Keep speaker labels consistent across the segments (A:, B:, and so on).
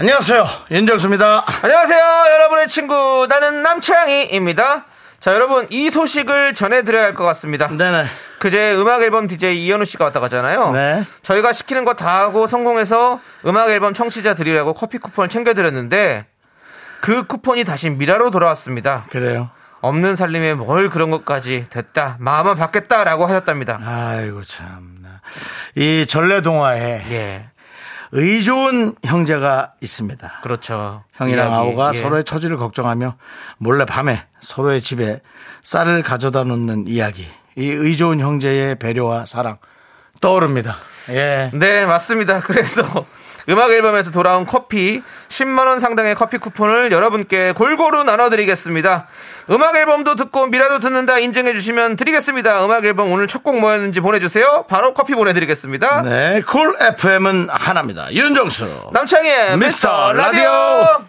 A: 안녕하세요. 윤정수입니다.
B: 안녕하세요, 여러분의 친구 나는 남창희입니다. 자, 여러분 이 소식을 전해드려야 할 것 같습니다.
A: 네네.
B: 그제 음악 앨범 DJ 이현우 씨가 왔다 가잖아요.
A: 네.
B: 저희가 시키는 거 다 하고 성공해서 음악 앨범 청취자 드리려고 커피 쿠폰을 챙겨드렸는데 그 쿠폰이 다시 미라로 돌아왔습니다.
A: 그래요.
B: 없는 살림에 뭘 그런 것까지 됐다. 마음만 받겠다라고 하셨답니다.
A: 아이고 참나. 이 전래동화에
B: 예,
A: 의좋은 형제가 있습니다.
B: 그렇죠.
A: 형이랑
B: 이야기,
A: 아우가
B: 예.
A: 서로의 처지를 걱정하며 몰래 밤에 서로의 집에 쌀을 가져다 놓는 이야기. 이 의좋은 형제의 배려와 사랑 떠오릅니다. 예.
B: 네, 맞습니다. 그래서 음악 앨범에서 돌아온 커피 10만 원 상당의 커피 쿠폰을 여러분께 골고루 나눠 드리겠습니다. 음악 앨범도 듣고 미라도 듣는다 인증해 주시면 드리겠습니다. 음악 앨범 오늘 첫 곡 뭐였는지 보내 주세요. 바로 커피 보내 드리겠습니다.
A: 네, 쿨 FM은 하나입니다. 윤정수. 미스터
B: 남창희의 미스터
A: 라디오.
B: 라디오.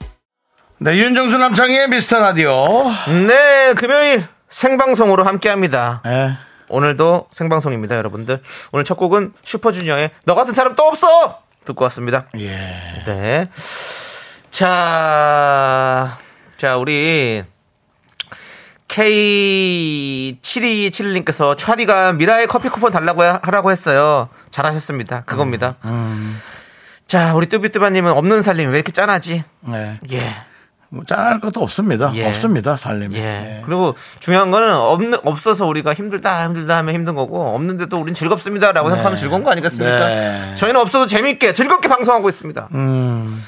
A: 네, 윤정수 남창희의 미스터 라디오.
B: 네, 금요일 생방송으로 함께 합니다.
A: 예.
B: 오늘도 생방송입니다, 여러분들. 오늘 첫 곡은 슈퍼주니어의 너 같은 사람 또 없어! 듣고 왔습니다.
A: 예.
B: 네. 자, 자, 우리 K7271님께서 차디가 미라의 커피 쿠폰 달라고 하- 하라고 했어요. 잘하셨습니다. 그겁니다. 자, 우리 뚜비뚜바님은 없는 살림 왜 이렇게 짠하지?
A: 네.
B: 예.
A: 뭐 짠할 것도 없습니다.
B: 예.
A: 없습니다, 살림이.
B: 예.
A: 예.
B: 그리고 중요한 거는 없는 없어서 우리가 힘들다 힘들다 하면 힘든 거고 없는데도 우린 즐겁습니다라고 생각하면 즐거운 거 아니겠습니까?
A: 네.
B: 저희는 없어도 재밌게 즐겁게 방송하고 있습니다.
A: 음,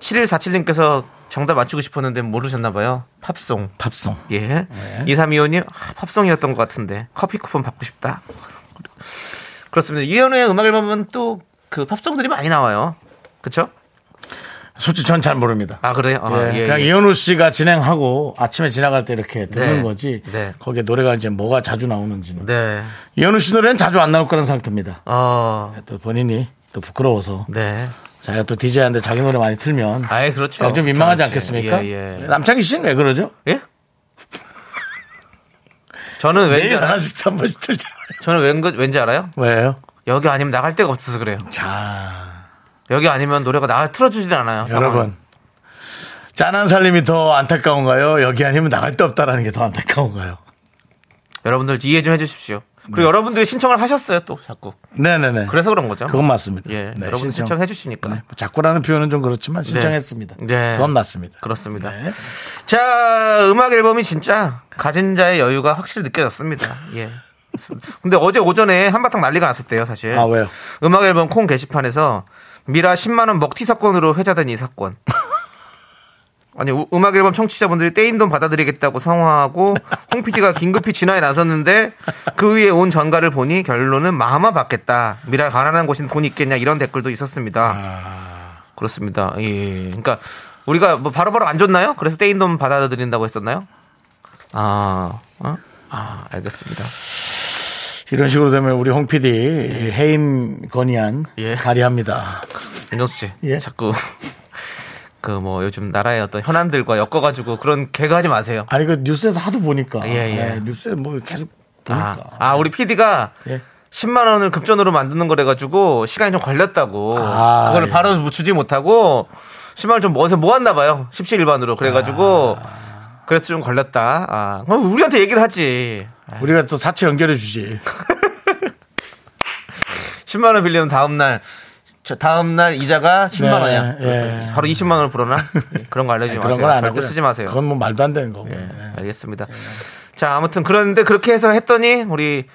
B: 7147님께서 정답 맞추고 싶었는데 모르셨나 봐요. 팝송.
A: 팝송.
B: 예.
A: 네.
B: 2325님, 아, 팝송이었던 것 같은데. 커피 쿠폰 받고 싶다. 그렇습니다. 이현우의 음악 앨범은 또 그 팝송들이 많이 나와요. 그쵸?
A: 솔직히 전 잘 모릅니다.
B: 아, 그래요? 아,
A: 예,
B: 예,
A: 그냥
B: 예.
A: 이현우 씨가 진행하고 아침에 지나갈 때 이렇게 듣는
B: 네.
A: 거지.
B: 네.
A: 거기에 노래가 이제 뭐가 자주 나오는지는.
B: 네.
A: 이현우 씨 노래는 자주 안 나올 거라는 생각 듭니다.
B: 어,
A: 또 본인이 또 부끄러워서
B: 네.
A: 자기가 또 DJ한데 자기 노래 많이 틀면
B: 아예 그렇죠.
A: 좀 민망하지
B: 그렇지.
A: 않겠습니까?
B: 예, 예.
A: 남창희 씨는 왜 그러죠?
B: 예? 저는 왠지,
A: 매일
B: 알아,
A: 하나씩 한 번씩 틀자.
B: 저는 왠, 왠지 알아요?
A: 왜요?
B: 여기 아니면 나갈 데가 없어서 그래요.
A: 자,
B: 여기 아니면 노래가 나 틀어주질 않아요. 상황이.
A: 여러분. 짠한 살림이 더 안타까운가요? 여기 아니면 나갈 데 없다라는 게 더 안타까운가요?
B: 여러분들 이해 좀 해주십시오. 그리고
A: 네.
B: 여러분들이 신청을 하셨어요, 또 자꾸.
A: 네네네.
B: 그래서 그런 거죠.
A: 그건 맞습니다.
B: 예, 여러분 신청. 해 주시니까.
A: 네, 뭐 자꾸라는 표현은 좀 그렇지만 신청했습니다.
B: 네.
A: 그건 맞습니다.
B: 그렇습니다.
A: 네.
B: 자, 음악 앨범이 진짜 가진 자의 여유가 확실히 느껴졌습니다. 예. 근데 어제 오전에 한바탕 난리가 났었대요, 사실.
A: 아, 왜요?
B: 음악 앨범 콩 게시판에서 미라 10만원 먹튀 사건으로 회자된 이 사건. 아니, 우- 음악 앨범 청취자분들이 떼인 돈 받아들이겠다고 성화하고 홍 PD가 긴급히 진화에 나섰는데 그 위에 온 전가를 보니 결론은 마음만 받겠다. 미라 가난한 곳인 돈이 있겠냐 이런 댓글도 있었습니다.
A: 아.
B: 그렇습니다. 예, 예. 그러니까 우리가 뭐 바로바로 안 줬나요? 그래서 떼인 돈 받아들인다고 했었나요? 아, 어? 아, 알겠습니다.
A: 이런 식으로 되면 우리 홍 PD 해임 건의안
B: 예.
A: 발의합니다.
B: 윤정수 씨,
A: 예?
B: 자꾸 그 뭐 요즘 나라의 어떤 현안들과 엮어가지고 그런 개그하지 마세요.
A: 아니 그 뉴스에서 하도 보니까
B: 예, 예.
A: 예, 뉴스에 뭐 계속
B: 아,
A: 보니까
B: 아, 우리 PD가
A: 예.
B: 10만 원을 급전으로 만드는 거래 가지고 시간이 좀 걸렸다고
A: 아,
B: 그걸
A: 예.
B: 바로 뭐 주지 못하고 10만 원좀 모아서 모았나 봐요. 17일반으로 그래 가지고
A: 아.
B: 그래서 좀 걸렸다. 아, 그럼 우리한테 얘기를 하지.
A: 우리가 또 사채 연결해 주지.
B: 10만 원 빌리면 다음 날 저 다음 날 이자가 10만
A: 네,
B: 원이야.
A: 예.
B: 그래서 바로 20만 원을 불어나 예, 그런 거 알려주지
A: 네, 그런
B: 마세요.
A: 건 안 하고
B: 절대 쓰지 마세요.
A: 그건 뭐 말도 안 되는 거고.
B: 예, 알겠습니다. 자, 아무튼 그런데 그렇게 해서 했더니 우리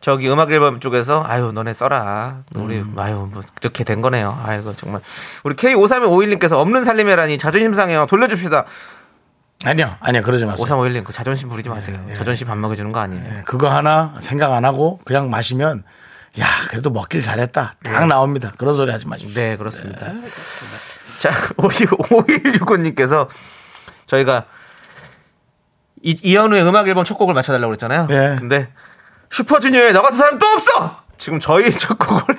B: 저기 음악 앨범 쪽에서 아유 너네 써라. 우리 아유 뭐 이렇게 된 거네요. 아이고 정말 우리 K5351님께서 없는 살림이라니 자존심 상해요. 돌려줍시다.
A: 아니요, 아니요, 그러지 마세요.
B: 5351님 그 자존심 부리지 마세요. 자존심 밥 먹여주는 거 아니에요.
A: 예, 그거 하나 생각 안 하고 그냥 마시면
B: 예.
A: 야 그래도 먹길 잘했다 딱 나옵니다. 그런 소리 하지 마십시오.
B: 네, 그렇습니다. 네, 자, 우리 5169님께서 저희가 이, 이현우의 음악 앨범 첫 곡을 맞춰달라고 그랬잖아요.
A: 예.
B: 근데 슈퍼주니어의 나 같은 사람 또 없어! 지금 저희 첫 곡을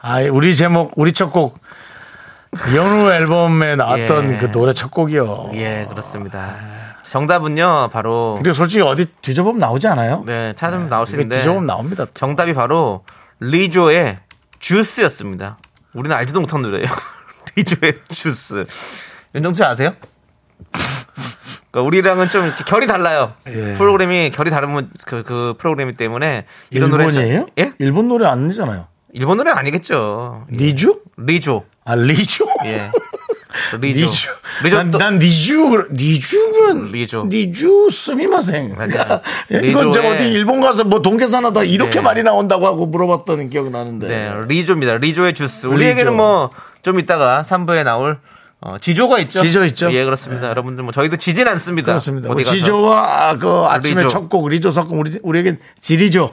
A: 아, 우리 제목, 우리 첫 곡. 연우 앨범에 나왔던
B: 예.
A: 그 노래 첫 곡이요.
B: 예, 그렇습니다. 정답은요, 바로
A: 그리고 솔직히 어디 뒤져보면 나오지 않아요?
B: 네, 찾으면 나올 수
A: 이게
B: 있는데
A: 뒤져보면 나옵니다. 또.
B: 정답이 바로 리조의 주스였습니다. 우리는 알지도 못한 노래예요. 리조의 주스. 윤정수 씨 아세요? 그러니까 우리랑은 좀 이렇게 결이 달라요.
A: 예.
B: 프로그램이 결이 다른 분- 그, 그 프로그램이 때문에 이런 노래
A: 일본이에요?
B: 예?
A: 일본 노래 아니잖아요.
B: 일본 노래 아니겠죠.
A: 니주?
B: 리조.
A: 아, 리주?
B: 예. 리조.
A: 니주.
B: 리조
A: 난,
B: 또-
A: 난 니주, 그러- 니주는.
B: 리조.
A: 니주 스미마생.
B: 맞아요.
A: 이건 제가
B: 리조의-
A: 어디 일본 가서 뭐 동계산하다 이렇게
B: 네.
A: 많이 나온다고 하고 물어봤던 기억이 나는데.
B: 네, 리조입니다. 리조의 주스. 우리에게는 뭐 좀 이따가 3부에 나올 어, 지조가 있죠.
A: 지조 있죠. 네.
B: 예, 그렇습니다. 여러분들 뭐 저희도 지진 않습니다.
A: 그렇습니다.
B: 어디
A: 우리
B: 가서.
A: 지조와 아, 그 아침에
B: 리조.
A: 첫 곡 리조 섞음 우리 우리에겐 지리조.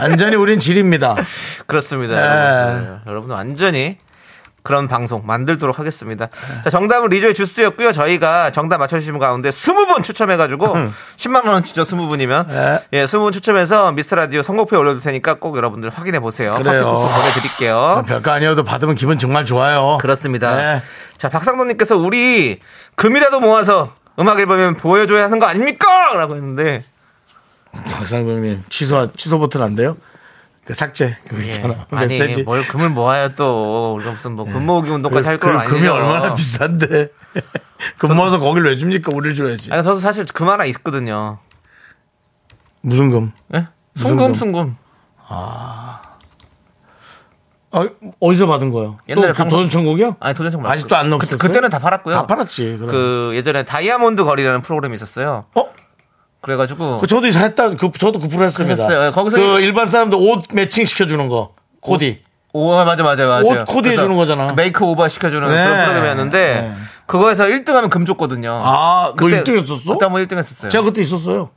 A: 완전히 우린
B: 어?
A: 지리입니다.
B: 그렇습니다.
A: 네.
B: 여러분들. 여러분들 완전히 그런 방송 만들도록 하겠습니다. 자, 정답은 리조의 주스였고요. 저희가 정답 맞춰주신 분 가운데 20분 추첨해가지고 10만원 진짜
A: 음.
B: 20분이면
A: 네.
B: 예, 20분 추첨해서 미스터라디오 선곡표에 올려둘 테니까 꼭 여러분들 확인해보세요.
A: 그래요.
B: 커피 쿠폰 보내드릴게요.
A: 별거 아니어도 받으면 기분 정말 좋아요.
B: 그렇습니다.
A: 네.
B: 자, 박상도님께서 우리 금이라도 모아서 음악 앨범에 보여줘야 하는 거 아닙니까? 라고 했는데.
A: 박상동님 취소 취소 버튼 안 돼요? 그 삭제 그거 있잖아
B: 예. 아니,
A: 메시지. 네.
B: 뭘 금을 모아야 또. 우리가 무슨 뭐 금모으기 운동까지 할 건
A: 그
B: 아니죠.
A: 금이 얼마나 비싼데. 금 모아서 거길 왜 줍니까? 우리를 줘야지.
B: 아니, 저도 사실 금 하나 있거든요.
A: 무슨 금?
B: 예?
A: 무슨
B: 순금,
A: 금?
B: 순금.
A: 아, 어디서 받은 거요?
B: 옛날에
A: 또그
B: 방송-
A: 돈 천국이요?
B: 아니, 도전청 말고.
A: 아직도 안 넘었어요?
B: 그, 그때는 다 팔았고요.
A: 다 팔았지. 그럼. 그,
B: 그 예전에 다이아몬드 거리라는 프로그램이 있었어요.
A: 어?
B: 그래가지고.
A: 그 저도 했다. 그 저도 그 프로 했습니다.
B: 했어요. 예, 거기서
A: 그 일반 사람들 옷 매칭 시켜주는 거 코디.
B: 오, 아, 맞아, 맞아, 맞아.
A: 옷 코디해
B: 그래서
A: 주는 거잖아.
B: 메이크 오버 시켜주는
A: 네.
B: 그런 프로그램이었는데,
A: 네.
B: 그거에서 1등 하면 금 줬거든요.
A: 아, 너
B: 그때-
A: 1등 했었어?
B: 그때 한번 1등 했었어요.
A: 제가 그때 있었어요.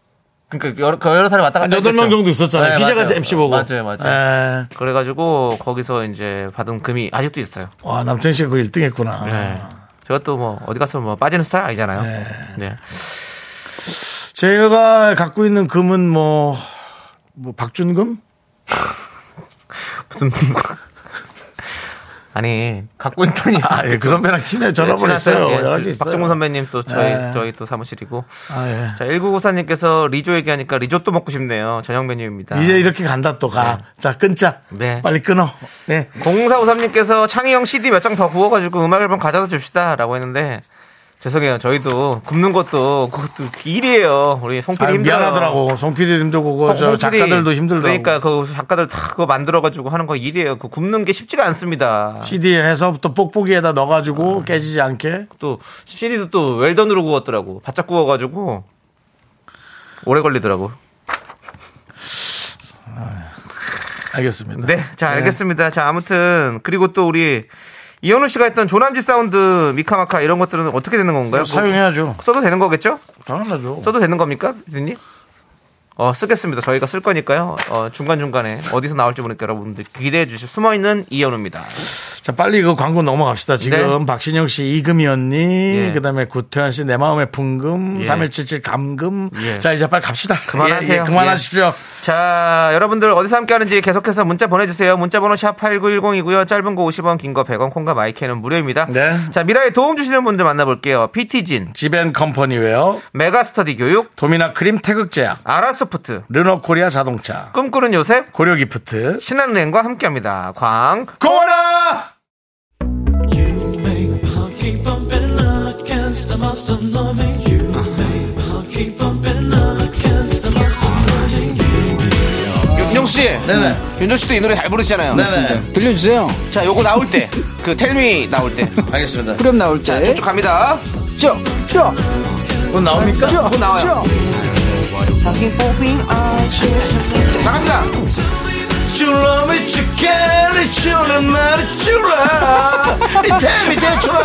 B: 그러니까 여러, 그 여러 사람이 왔다
A: 한
B: 갔다
A: 8명
B: 했겠죠.
A: 정도 있었잖아요.
B: 네,
A: 희재가
B: 맞아요.
A: MC 보고.
B: 맞아요, 맞아요.
A: 예.
B: 그래가지고 거기서 이제 받은 금이 아직도 있어요.
A: 와, 남창 씨가 그 1등 했구나.
B: 네. 제가 또 뭐 어디 가서 뭐 빠지는 스타일 아니잖아요. 네.
A: 제가 갖고 있는 금은 뭐, 뭐, 박준금?
B: 무슨 아니 갖고 있더니
A: 아, 예, 그 선배랑
B: 네,
A: 친해 전화번호 있어요. 여러 가지 있어요.
B: 예, 그 박정훈 선배님 또 저희
A: 네.
B: 저희 또 사무실이고.
A: 아, 예.
B: 자 1994님께서 리조 얘기하니까 리조 또 먹고 싶네요. 저녁 메뉴입니다.
A: 이제 이렇게 간다 또 가. 자, 끊자.
B: 네.
A: 빨리 끊어. 네.
B: 0453님께서 창희형 CD 몇 장 더 구워가지고 음악 앨범 가져다 줍시다라고 했는데 죄송해요 저희도 굽는 것도 그것도 일이에요 우리
A: 아,
B: 송필이 힘들어요.
A: 미안하더라고. 송 PD 님도 그거,
B: 송-
A: 저
B: 송필이.
A: 작가들도 힘들더라고.
B: 그러니까 그 작가들 다 그거 만들어가지고 하는 거 일이에요 그 굽는 게 쉽지가 않습니다
A: CD 해서 또 뽁뽁이에다 넣어가지고 깨지지 않게.
B: 또 CD도 또 웰던으로 구웠더라고 바짝 구워가지고 오래 걸리더라고
A: 알겠습니다.
B: 네, 자 알겠습니다. 자 아무튼 그리고 또 우리 이현우 씨가 했던 조남지 사운드 미카마카 이런 것들은 어떻게 되는 건가요?
A: 뭐 사용해야죠.
B: 써도 되는 거겠죠?
A: 당연하죠.
B: 써도 되는 겁니까, 교수님? 어 쓰겠습니다. 저희가 쓸 거니까요. 어, 중간 중간에 어디서 나올지 모르니까 여러분들 기대해 주실 숨어 있는 이현우입니다.
A: 자, 빨리 그 광고 넘어갑시다. 지금
B: 네.
A: 박신영 씨 이금이 언니,
B: 예.
A: 그 다음에 구태현 씨 내 마음의 풍금,
B: 예.
A: 3177 감금.
B: 예.
A: 자, 이제 빨리 갑시다.
B: 그만하세요.
A: 예, 예, 그만하십시오.
B: 자 여러분들 어디서 함께하는지 계속해서 문자 보내주세요. 문자번호 샵 #8910이고요. 짧은 거 50원, 긴 거 100원, 콩과 마이크는 무료입니다.
A: 네.
B: 자 미라에 도움 주시는 분들 만나볼게요. PT진,
A: 지벤 컴퍼니웨어,
B: 메가스터디 교육,
A: 도미나 크림 태극제약,
B: 아라소프트,
A: 르노 코리아 자동차,
B: 꿈꾸는 요셉.
A: 고려 기프트,
B: 신한은행과 함께합니다. 광.
A: 고원아!
C: make my heart keep bumping against the must of loving you. Make my heart keep bumping against the must of loving you.
B: 윤정 씨. 네네. 윤정 씨도 이 노래 잘 부르시잖아요.
A: 네네.
D: 들려주세요.
B: 자, 요거 나올 때. 그 텔미 나올 때.
A: 알겠습니다.
D: 그럼 나올 때.
B: 쭉 갑니다.
D: 쭉, 쭉,
A: 곧 나옵니까?
B: 쭉 나와요. 네, 나갑니다.
A: You love me, you care, it's you, no matter what you love. Tell me that you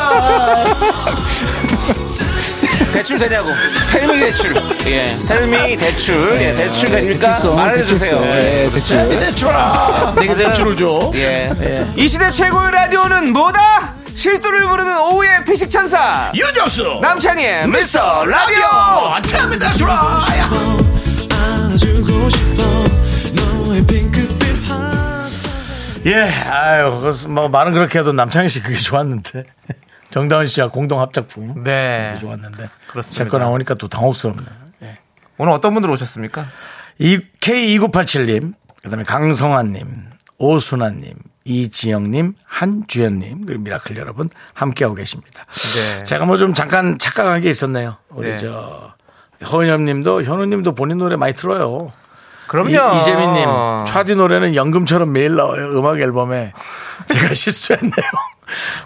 A: love.
D: 대출 되냐고. 텔미 대출. 예. 텔미 대출. 예. 대출 됩니까?
E: 대출성,
D: 말해주세요.
E: 대출성.
D: 예.
E: 예, 대출.
A: 대출아. 내게 대출을 줘.
D: 예.
B: 이 시대 최고의 라디오는 뭐다? 실수를 부르는 오후의 피식천사
A: 유정수.
B: 남창희의 미스터 라디오
D: 아,
A: 텔미 대출아.
C: 안아주고 싶어 너의 핑크빛 화사
A: 예, 아유, 그것은 뭐 말은 그렇게 해도 남창희 씨 그게 좋았는데. 정다은 씨와 공동 합작품.
B: 네
A: 좋았는데.
B: 그렇습니다.
A: 제거 나오니까 또 당혹스럽네. 예.
B: 오늘 어떤 분들 오셨습니까?
A: 이 K2987님, 그다음에 강성환님, 오순아님, 이지영님, 한주연님 그리고 미라클 여러분 함께하고 계십니다.
B: 네.
A: 제가 뭐 좀 잠깐 착각한 게 있었네요. 우리
B: 네.
A: 저 허은엽님도 현우님도 본인 노래 많이 틀어요.
B: 그럼요
A: 이, 재민님 차디 노래는 연금처럼 매일 나와요 음악 앨범에 제가 실수했네요.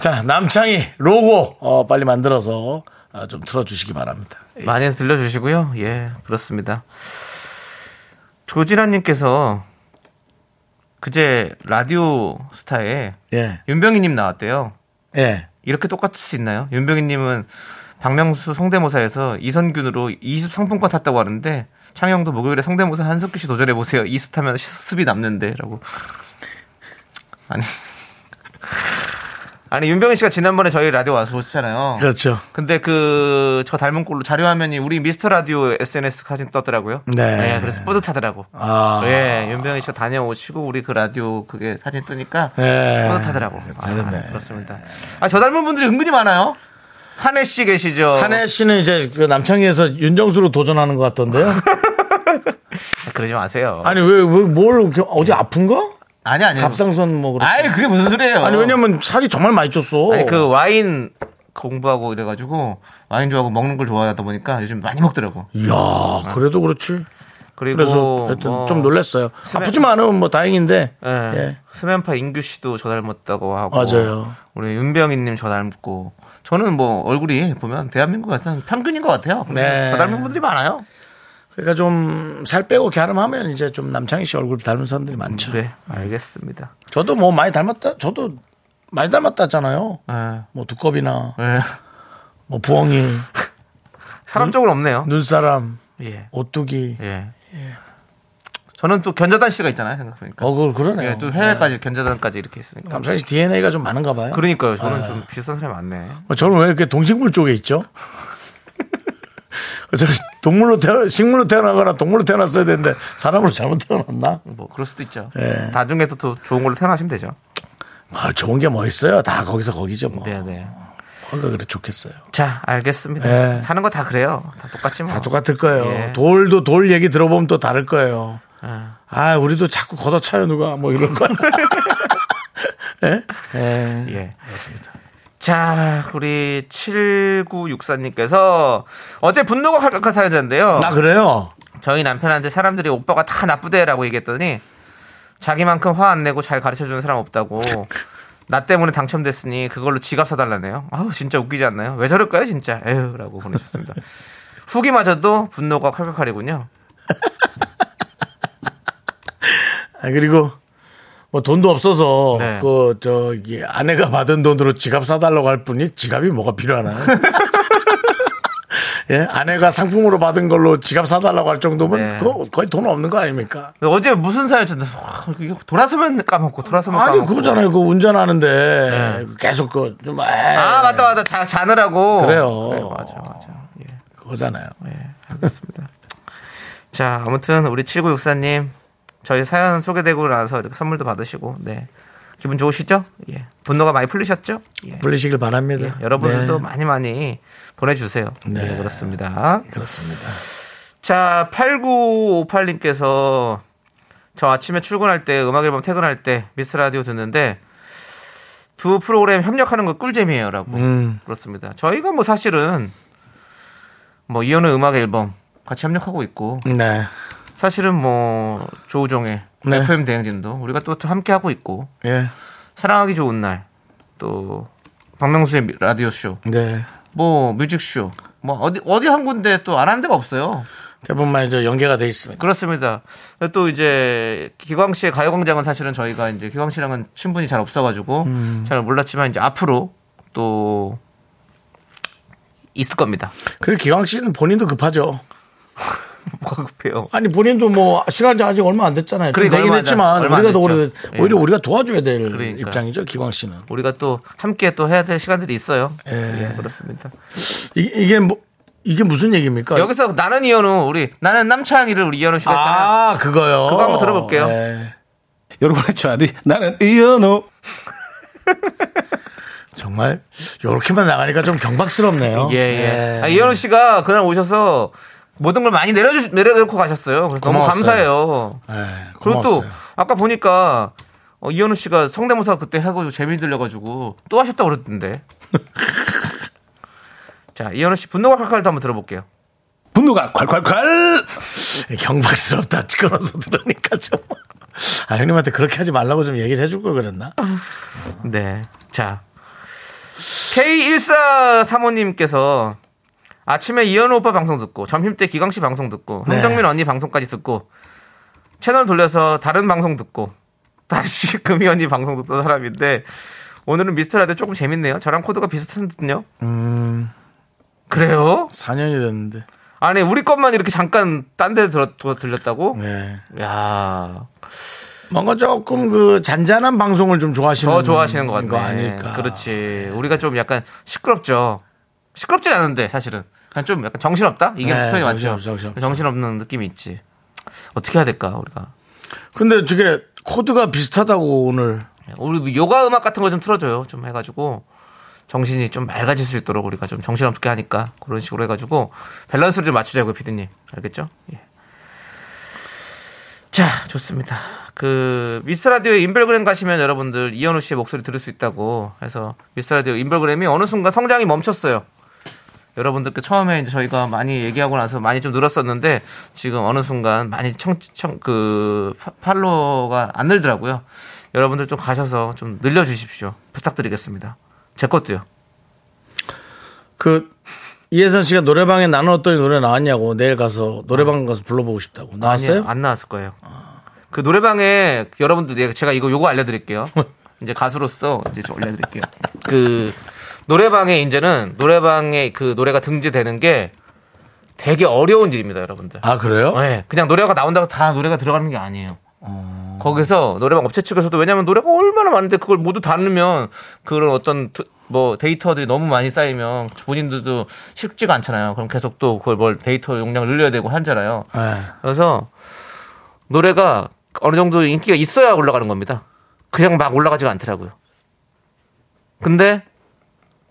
A: 자 남창희 로고 어, 빨리 만들어서 어, 좀 틀어주시기 바랍니다.
B: 많이 들려주시고요. 예, 그렇습니다. 조진아님께서 그제 라디오 스타에
A: 예,
B: 윤병희님 나왔대요.
A: 예.
B: 이렇게 똑같을 수 있나요? 윤병희님은 박명수 성대모사에서 이선균으로 20 상품권 탔다고 하는데 창영도 목요일에 성대모사 한석규 씨 도전해 보세요. 20 타면 습이 남는데라고. 아니. 아니 윤병희 씨가 지난번에 저희 라디오 와서 오셨잖아요.
A: 그렇죠.
B: 근데 그 저 닮은 꼴로 자료 화면이 우리 미스터 라디오 SNS 사진 떴더라고요.
A: 네.
B: 그래서 뿌듯하더라고.
A: 아.
B: 예, 윤병희 씨가 다녀오시고 우리 그 라디오 그게 사진 뜨니까
A: 네.
B: 뿌듯하더라고.
A: 잘했네.
B: 아, 그렇습니다. 아, 저 닮은 분들이 은근히 많아요. 한혜 씨 계시죠.
A: 한혜 씨는 이제 그 남창희에서 윤정수로 도전하는 것 같던데요.
B: 그러지 마세요.
A: 아니 왜뭘 어디 아픈가?
B: 아니 아니.
A: 갑상선 뭐 그렇게.
B: 예. 아이 그게 무슨 소리예요?
A: 아니 왜냐면 뭐. 살이 정말 많이 쪘어.
B: 아니, 그 와인 공부하고 이래가지고 와인 좋아하고 먹는 걸 좋아하다 보니까 요즘 많이 먹더라고.
A: 야 그래도 그렇지.
B: 그리고
A: 그래서 하여튼
B: 뭐-
A: 좀 놀랐어요. 아프지만 않으면 뭐 다행인데.
B: 예.
A: 예.
B: 스맨파 인규 씨도 저 닮았다고 하고.
A: 맞아요.
B: 우리 윤병희님 저 닮고. 저는 뭐 얼굴이 보면 대한민국 같은 평균인 것 같아요.
A: 네.
B: 저 닮은 분들이 많아요.
A: 그러니까 좀 살 빼고 갸름하면 이제 좀 남창희 씨 얼굴 닮은 사람들이 많죠.
B: 네, 알겠습니다.
A: 저도 뭐 많이 닮았다. 저도 많이 닮았다잖아요.
B: 예.
A: 뭐 두꺼비나
B: 예.
A: 뭐 부엉이,
B: 사람 쪽은 없네요.
A: 눈사람,
B: 예.
A: 오뚜기.
B: 예. 저는 또 견자단 씨가 있잖아요. 생각해보니까.
A: 어, 그 그러네요.
B: 예, 또 해외까지 견자단까지 이렇게 있으니까.
A: 남창희 씨 DNA가 좀 많은가 봐요.
B: 그러니까요. 저는
A: 아.
B: 좀 비슷한 사람이 많네.
A: 어, 저는 왜 이렇게 동식물 쪽에 있죠? 저는 동물로 태어, 식물로 태어나거나 동물로 태어났어야 되는데 사람으로 잘못 태어났나?
B: 뭐 그럴 수도 있죠.
A: 예.
B: 나중에 또, 또 좋은 걸로 태어나시면 되죠.
A: 아, 좋은 게 뭐 있어요? 다 거기서 거기죠 뭐.
B: 네, 네.
A: 뭔가 그래 좋겠어요.
B: 자, 알겠습니다.
A: 예.
B: 사는 거 다 그래요. 다 똑같지 뭐.
A: 다 똑같을 거예요.
B: 예.
A: 돌도 돌 얘기 들어보면 또 다를 거예요.
B: 예.
A: 아, 우리도 자꾸 걷어차요 누가 뭐 이런 거. 예?
B: 예. 맞습니다. 자, 우리 7964님께서 어제 분노가 칼칼한 사연자인데요.
A: 나 그래요.
B: 저희 남편한테 사람들이 오빠가 다 나쁘대라고 얘기했더니 자기만큼 화 안 내고 잘 가르쳐 주는 사람 없다고 나 때문에 당첨됐으니 그걸로 지갑 사달라네요. 아우, 진짜 웃기지 않나요? 왜 저럴까요, 진짜? 에휴, 라고 보내셨습니다. 후기마저도 분노가 칼칼칼이군요.
A: 아, 그리고 뭐 돈도 없어서
B: 네.
A: 그 저기 아내가 받은 돈으로 지갑 사달라고 할 뿐이 지갑이 뭐가 필요하나요? 예, 아내가 상품으로 받은 걸로 지갑 사달라고 할 정도면
B: 네.
A: 그거 거의 돈 없는 거 아닙니까?
B: 근데 어제 무슨 사연이었는데, 와, 이게 돌아서면 까먹고, 돌아서면 까먹고. 네.
A: 아니 그거잖아요. 그 운전하는데 계속 그좀
B: 아 맞다 맞다 자, 자느라고
A: 그래요.
B: 그래, 맞아 맞아 예,
A: 그거잖아요.
B: 예 알겠습니다 자 아무튼 우리 7964님 저희 사연 소개되고 나서 이렇게 선물도 받으시고 네 기분 좋으시죠 예 분노가 많이 풀리셨죠 예.
A: 불리시길
B: 예,
A: 바랍니다.
B: 여러분들도
A: 네,
B: 많이 많이 보내주세요
A: 네.
B: 예, 그렇습니다
A: 그렇습니다.
B: 자 8958님께서 저 아침에 출근할 때 음악 앨범 퇴근할 때 미스 라디오 듣는데 두 프로그램 협력하는 거 꿀잼이에요라고
A: 음.
B: 그렇습니다. 저희가 뭐 사실은 뭐 이현우 음악 앨범 같이 협력하고 있고
A: 네.
B: 사실은 뭐 조우종의
A: 네.
B: FM 대행진도 우리가 또 함께 하고 있고
A: 예.
B: 사랑하기 좋은 날 또 박명수의 라디오
A: 네.
B: 쇼 뭐 뮤직쇼 뭐 어디 어디 한 군데 또 안 한 데가 없어요.
A: 대부분 많이 저 연계가 돼 있습니다.
B: 그렇습니다. 또 이제 기광 씨의 가요광장은 사실은 저희가 이제 기광 씨랑은 친분이 음. 잘 없어가지고 잘 몰랐지만 이제 앞으로 또 있을 겁니다.
A: 그리고 기광 씨는 본인도 급하죠.
B: 뭐가 급해요.
A: 아니 본인도 뭐 시간이 아직 얼마 안 됐잖아요. 좀
B: 그러니까
A: 되긴
B: 얼마 안
A: 했지만
B: 됐- 얼마
A: 우리가
B: 안
A: 더 오래
B: 됐죠. 예.
A: 오히려 우리가 도와줘야 될
B: 그러니까.
A: 입장이죠. 기광 씨는
B: 우리가 또 함께 또 해야 될 시간들이 있어요.
A: 예.
B: 예, 그렇습니다.
A: 이게, 이게 뭐 이게 무슨 얘기입니까?
B: 여기서 나는 이현우 우리 나는 남창희를 우리 이현우 씨가 했잖아요.
A: 아 그거요.
B: 그거 한번 들어볼게요.
A: 예.
E: 여러분의 좌리 나는 이현우
A: 정말 요렇게만 나가니까 좀 경박스럽네요.
B: 예, 예.
A: 예.
B: 아, 이현우 씨가 그날 오셔서 모든 걸 많이 내려주, 내려놓고 가셨어요. 그래서 너무
A: 고마웠어요.
B: 감사해요.
A: 예,
B: 그리고 또,
A: 고마웠어요.
B: 아까 보니까, 어, 이현우 씨가 성대모사 그때 하고 재미 들려가지고 또 하셨다고 그랬던데. 자, 이현우 씨 분노가 칼칼도 한번 들어볼게요.
E: 분노가 콸콸콸
A: 경박스럽다 찍어서 들으니까 좀. 아 형님한테 그렇게 하지 말라고 좀 얘기를 해줄 걸 그랬나?
B: 네. 자. K1435님께서 아침에 이현우 오빠 방송 듣고 점심 때 기광 씨 방송 듣고
A: 네.
B: 홍정민 언니 방송까지 듣고 채널 돌려서 다른 방송 듣고 다시 금희 언니 방송 듣던 사람인데 오늘은 미스터라도 조금 재밌네요. 저랑 코드가 비슷한 듯요. 그래요?
A: 음, 4년이 됐는데.
B: 아니 우리 것만 이렇게 잠깐 딴 데 들렸다고?
A: 네.
B: 야,
A: 뭔가 조금 그 잔잔한 방송을 좀 좋아하시는
B: 더 좋아하시는 것
A: 거
B: 같네.
A: 아닐까.
B: 그렇지. 우리가 좀 약간 시끄럽죠. 시끄럽진 않은데 사실은 그냥 좀 약간 정신없다. 이게
A: 네,
B: 표현이 맞죠.
A: 정신없죠, 정신없죠.
B: 정신없는 느낌이 있지. 어떻게 해야 될까 우리가.
A: 근데 저게 코드가 비슷하다고 오늘
B: 네, 우리 뭐 요가 음악 같은 거 좀 틀어줘요. 좀 해가지고 정신이 좀 맑아질 수 있도록 우리가 좀 정신없게 하니까 그런 식으로 해가지고 밸런스를 좀 맞추자고요, 피디님. 알겠죠? 예. 자, 좋습니다. 그 미스 라디오 인별그램 가시면 여러분들 이현우 씨의 목소리 들을 수 있다고 해서 미스 라디오 인별그램이 어느 순간 성장이 멈췄어요. 여러분들께 처음에 이제 저희가 많이 얘기하고 나서 많이 좀 늘었었는데 지금 어느 순간 많이 청청그 팔로워가 안 늘더라고요. 여러분들 좀 가셔서 좀 늘려주십시오. 부탁드리겠습니다. 제 것도요.
A: 아, 그 이혜선 씨가 노래방에 나는 어떤 노래 나왔냐고 내일 가서 노래방 가서 불러보고 싶다고 나왔어요?
B: 아. 아니요, 안 나왔을 거예요. 그 노래방에 여러분들 내가- 제가 이거 요거 알려드릴게요. 이제 가수로서 이제 좀 알려드릴게요. 그 노래방에 이제는 노래방에 그 노래가 등재되는 게 되게 어려운 일입니다, 여러분들.
A: 아 그래요?
B: 네, 그냥 노래가 나온다고 다 노래가 들어가는 게 아니에요. 거기서 노래방 업체 측에서도 왜냐면 노래가 얼마나 많은데 그걸 모두 다 넣으면 그런 어떤 드- 뭐 데이터들이 너무 많이 쌓이면 본인들도 쉽지가 않잖아요. 그럼 계속 또 그걸 뭘 데이터 용량을 늘려야 되고 하잖아요.
A: 네.
B: 그래서 노래가 어느 정도 인기가 있어야 올라가는 겁니다. 그냥 막 올라가지가 않더라고요. 근데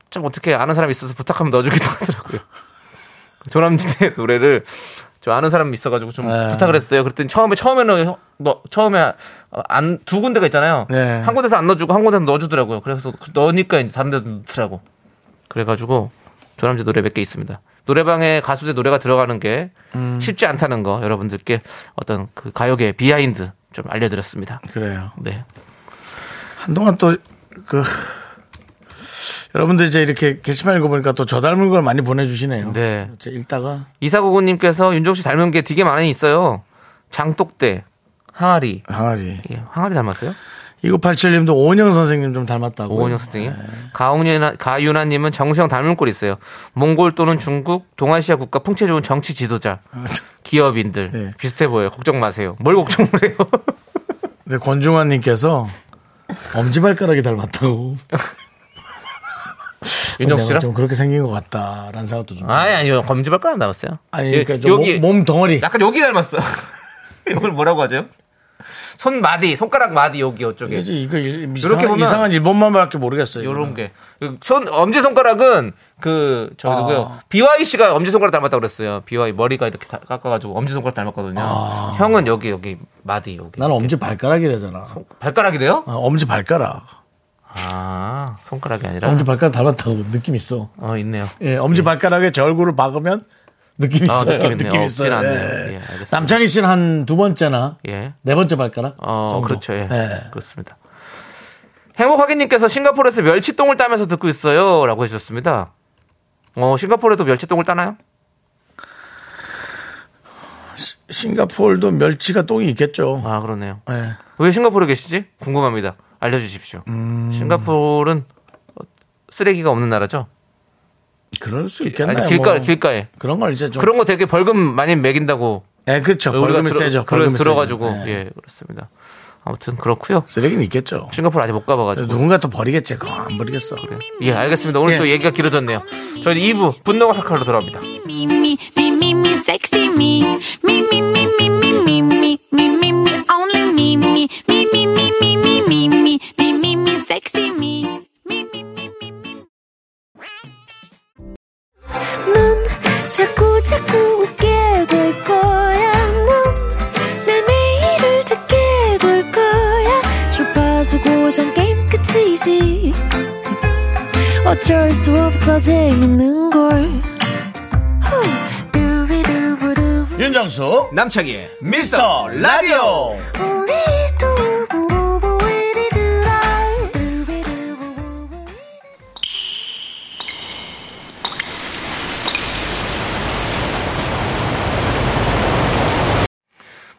B: 좀 어떻게 아는 사람이 있어서 부탁하면 넣어주기도 하더라고요. 조남진의 노래를 저 아는 사람이 있어가지고 좀
A: 네.
B: 부탁을 했어요. 그랬더니 처음에 처음에는 형- 너 처음에 안 두 군데가 있잖아요.
A: 네.
B: 한 군데서 안 넣어주고 한 군데서 넣어주더라고요. 그래서 넣으니까 이제 다른 데도 넣더라고. 그래가지고 조남지 노래 몇 개 있습니다. 노래방에 가수들 노래가 들어가는 게 쉽지 않다는 거 여러분들께 어떤 그 가요계 비하인드 좀 알려드렸습니다.
A: 그래요.
B: 네.
A: 한동안 또 그 여러분들 이제 이렇게 게시판 읽어보니까 또 저 닮은 걸 많이 보내주시네요.
B: 네.
A: 이제 읽다가
B: 이사고고님께서 윤종 씨 닮은 게 되게 많이 있어요. 장독대, 항아리.
A: 항아리.
B: 예, 항아리 닮았어요?
A: 2987님도 오은영 선생님 좀 닮았다고.
B: 오건영 선생님. 가웅유나, 가유나님은 정수영 닮은 꼴 있어요. 몽골 또는 중국, 동아시아 국가 풍채 좋은 정치 지도자, 기업인들.
A: 네.
B: 비슷해 보여요. 걱정 마세요. 뭘 걱정을 해요?
A: 근데 권중환님께서 엄지발가락이 닮았다고.
B: 윤정
A: 내가 좀
B: 씨랑?
A: 그렇게 생긴 것 같다라는 생각도 좀.
B: 아니, 아니요. 검지발가락 안 닮았어요.
A: 아니
B: 예,
A: 그러니까 좀
B: 여기,
A: 몸, 몸 덩어리.
B: 약간 여기 닮았어. 이걸 뭐라고 하죠? 손 마디, 손가락 마디 여기, 이쪽에.
A: 이제 이거 일-
B: 이렇게
A: 이상한,
B: 보면-
A: 이상한 일본만밖에 모르겠어요.
B: 네, 요런
A: 이거는.
B: 게. 손, 엄지손가락은 그, 저
A: 아.
B: 누구요? BY씨가 엄지손가락 닮았다고 그랬어요. BY 머리가 이렇게 다- 깎아가지고 엄지손가락 닮았거든요.
A: 아.
B: 형은 여기, 여기, 마디, 여기.
A: 나는 엄지발가락이라잖아.
B: 발가락이래요?
A: 아, 엄지발가락.
B: 아, 손가락이 아니라.
A: 엄지발가락 닮았다고 느낌 있어.
B: 어, 있네요.
A: 예, 엄지발가락에 제 얼굴을 박으면 느낌
B: 아,
A: 있어요.
B: 느낌 있네요.
A: 느낌 있어요.
B: 없진 않네요.
A: 예.
B: 예, 알겠습니다.
A: 남창희 씨는 한 두 번째나
B: 예.
A: 네 번째 발가락?
B: 어,
A: 정도.
B: 그렇죠. 예. 그렇습니다. 행복하기님께서 싱가포르에서 멸치똥을 따면서 듣고 있어요. 라고 해주셨습니다. 어, 싱가포르에도 멸치똥을 따나요?
A: 싱가포르도 멸치가 똥이 있겠죠.
B: 아, 그러네요.
A: 예.
B: 왜 싱가포르에 계시지? 궁금합니다.
A: 음.
B: 알려주십시오. 싱가포르는 쓰레기가 없는 나라죠?
A: 그럴 수
B: 아니,
A: 있겠나요?
B: 길가
A: 뭐.
B: 길가에
A: 그런 걸 이제 좀.
B: 그런 거 되게 벌금 많이 매긴다고
A: 예, 그렇죠. 벌금이
B: 들어-
A: 세죠.
B: 그래-
A: 벌금이
B: 들어가지고
A: 세죠. 예.
B: 예 그렇습니다. 아무튼 그렇고요.
A: 쓰레기는 있겠죠.
B: 싱가포르 아직 못 가봐가지고
A: 누군가 또 버리겠지. 그거 안 버리겠어.
B: 예 알겠습니다. 오늘 또 얘기가 길어졌네요. 저희는 2부 분노가 칼칼로 돌아옵니다.
F: Me, me, me, me, me, sexy me. Me, me, me, me, me, me, me, me, me, me, only me, me. Me, me, me, me, me, me, me, me, me, me, sexy me. Me, me, me, me, me.
G: 넌 자꾸 자꾸 웃게 될 거야. 넌내 매일을 듣게 될 거야. 주파수 고정 게임 끝이지. 어쩔 수 없어 재밌는 걸. 후. 두비두부두.
A: 윤정수
B: 남창희의
A: 미스터 라디오.
G: 우리 두부부부 우리 두라. 두비두부부부.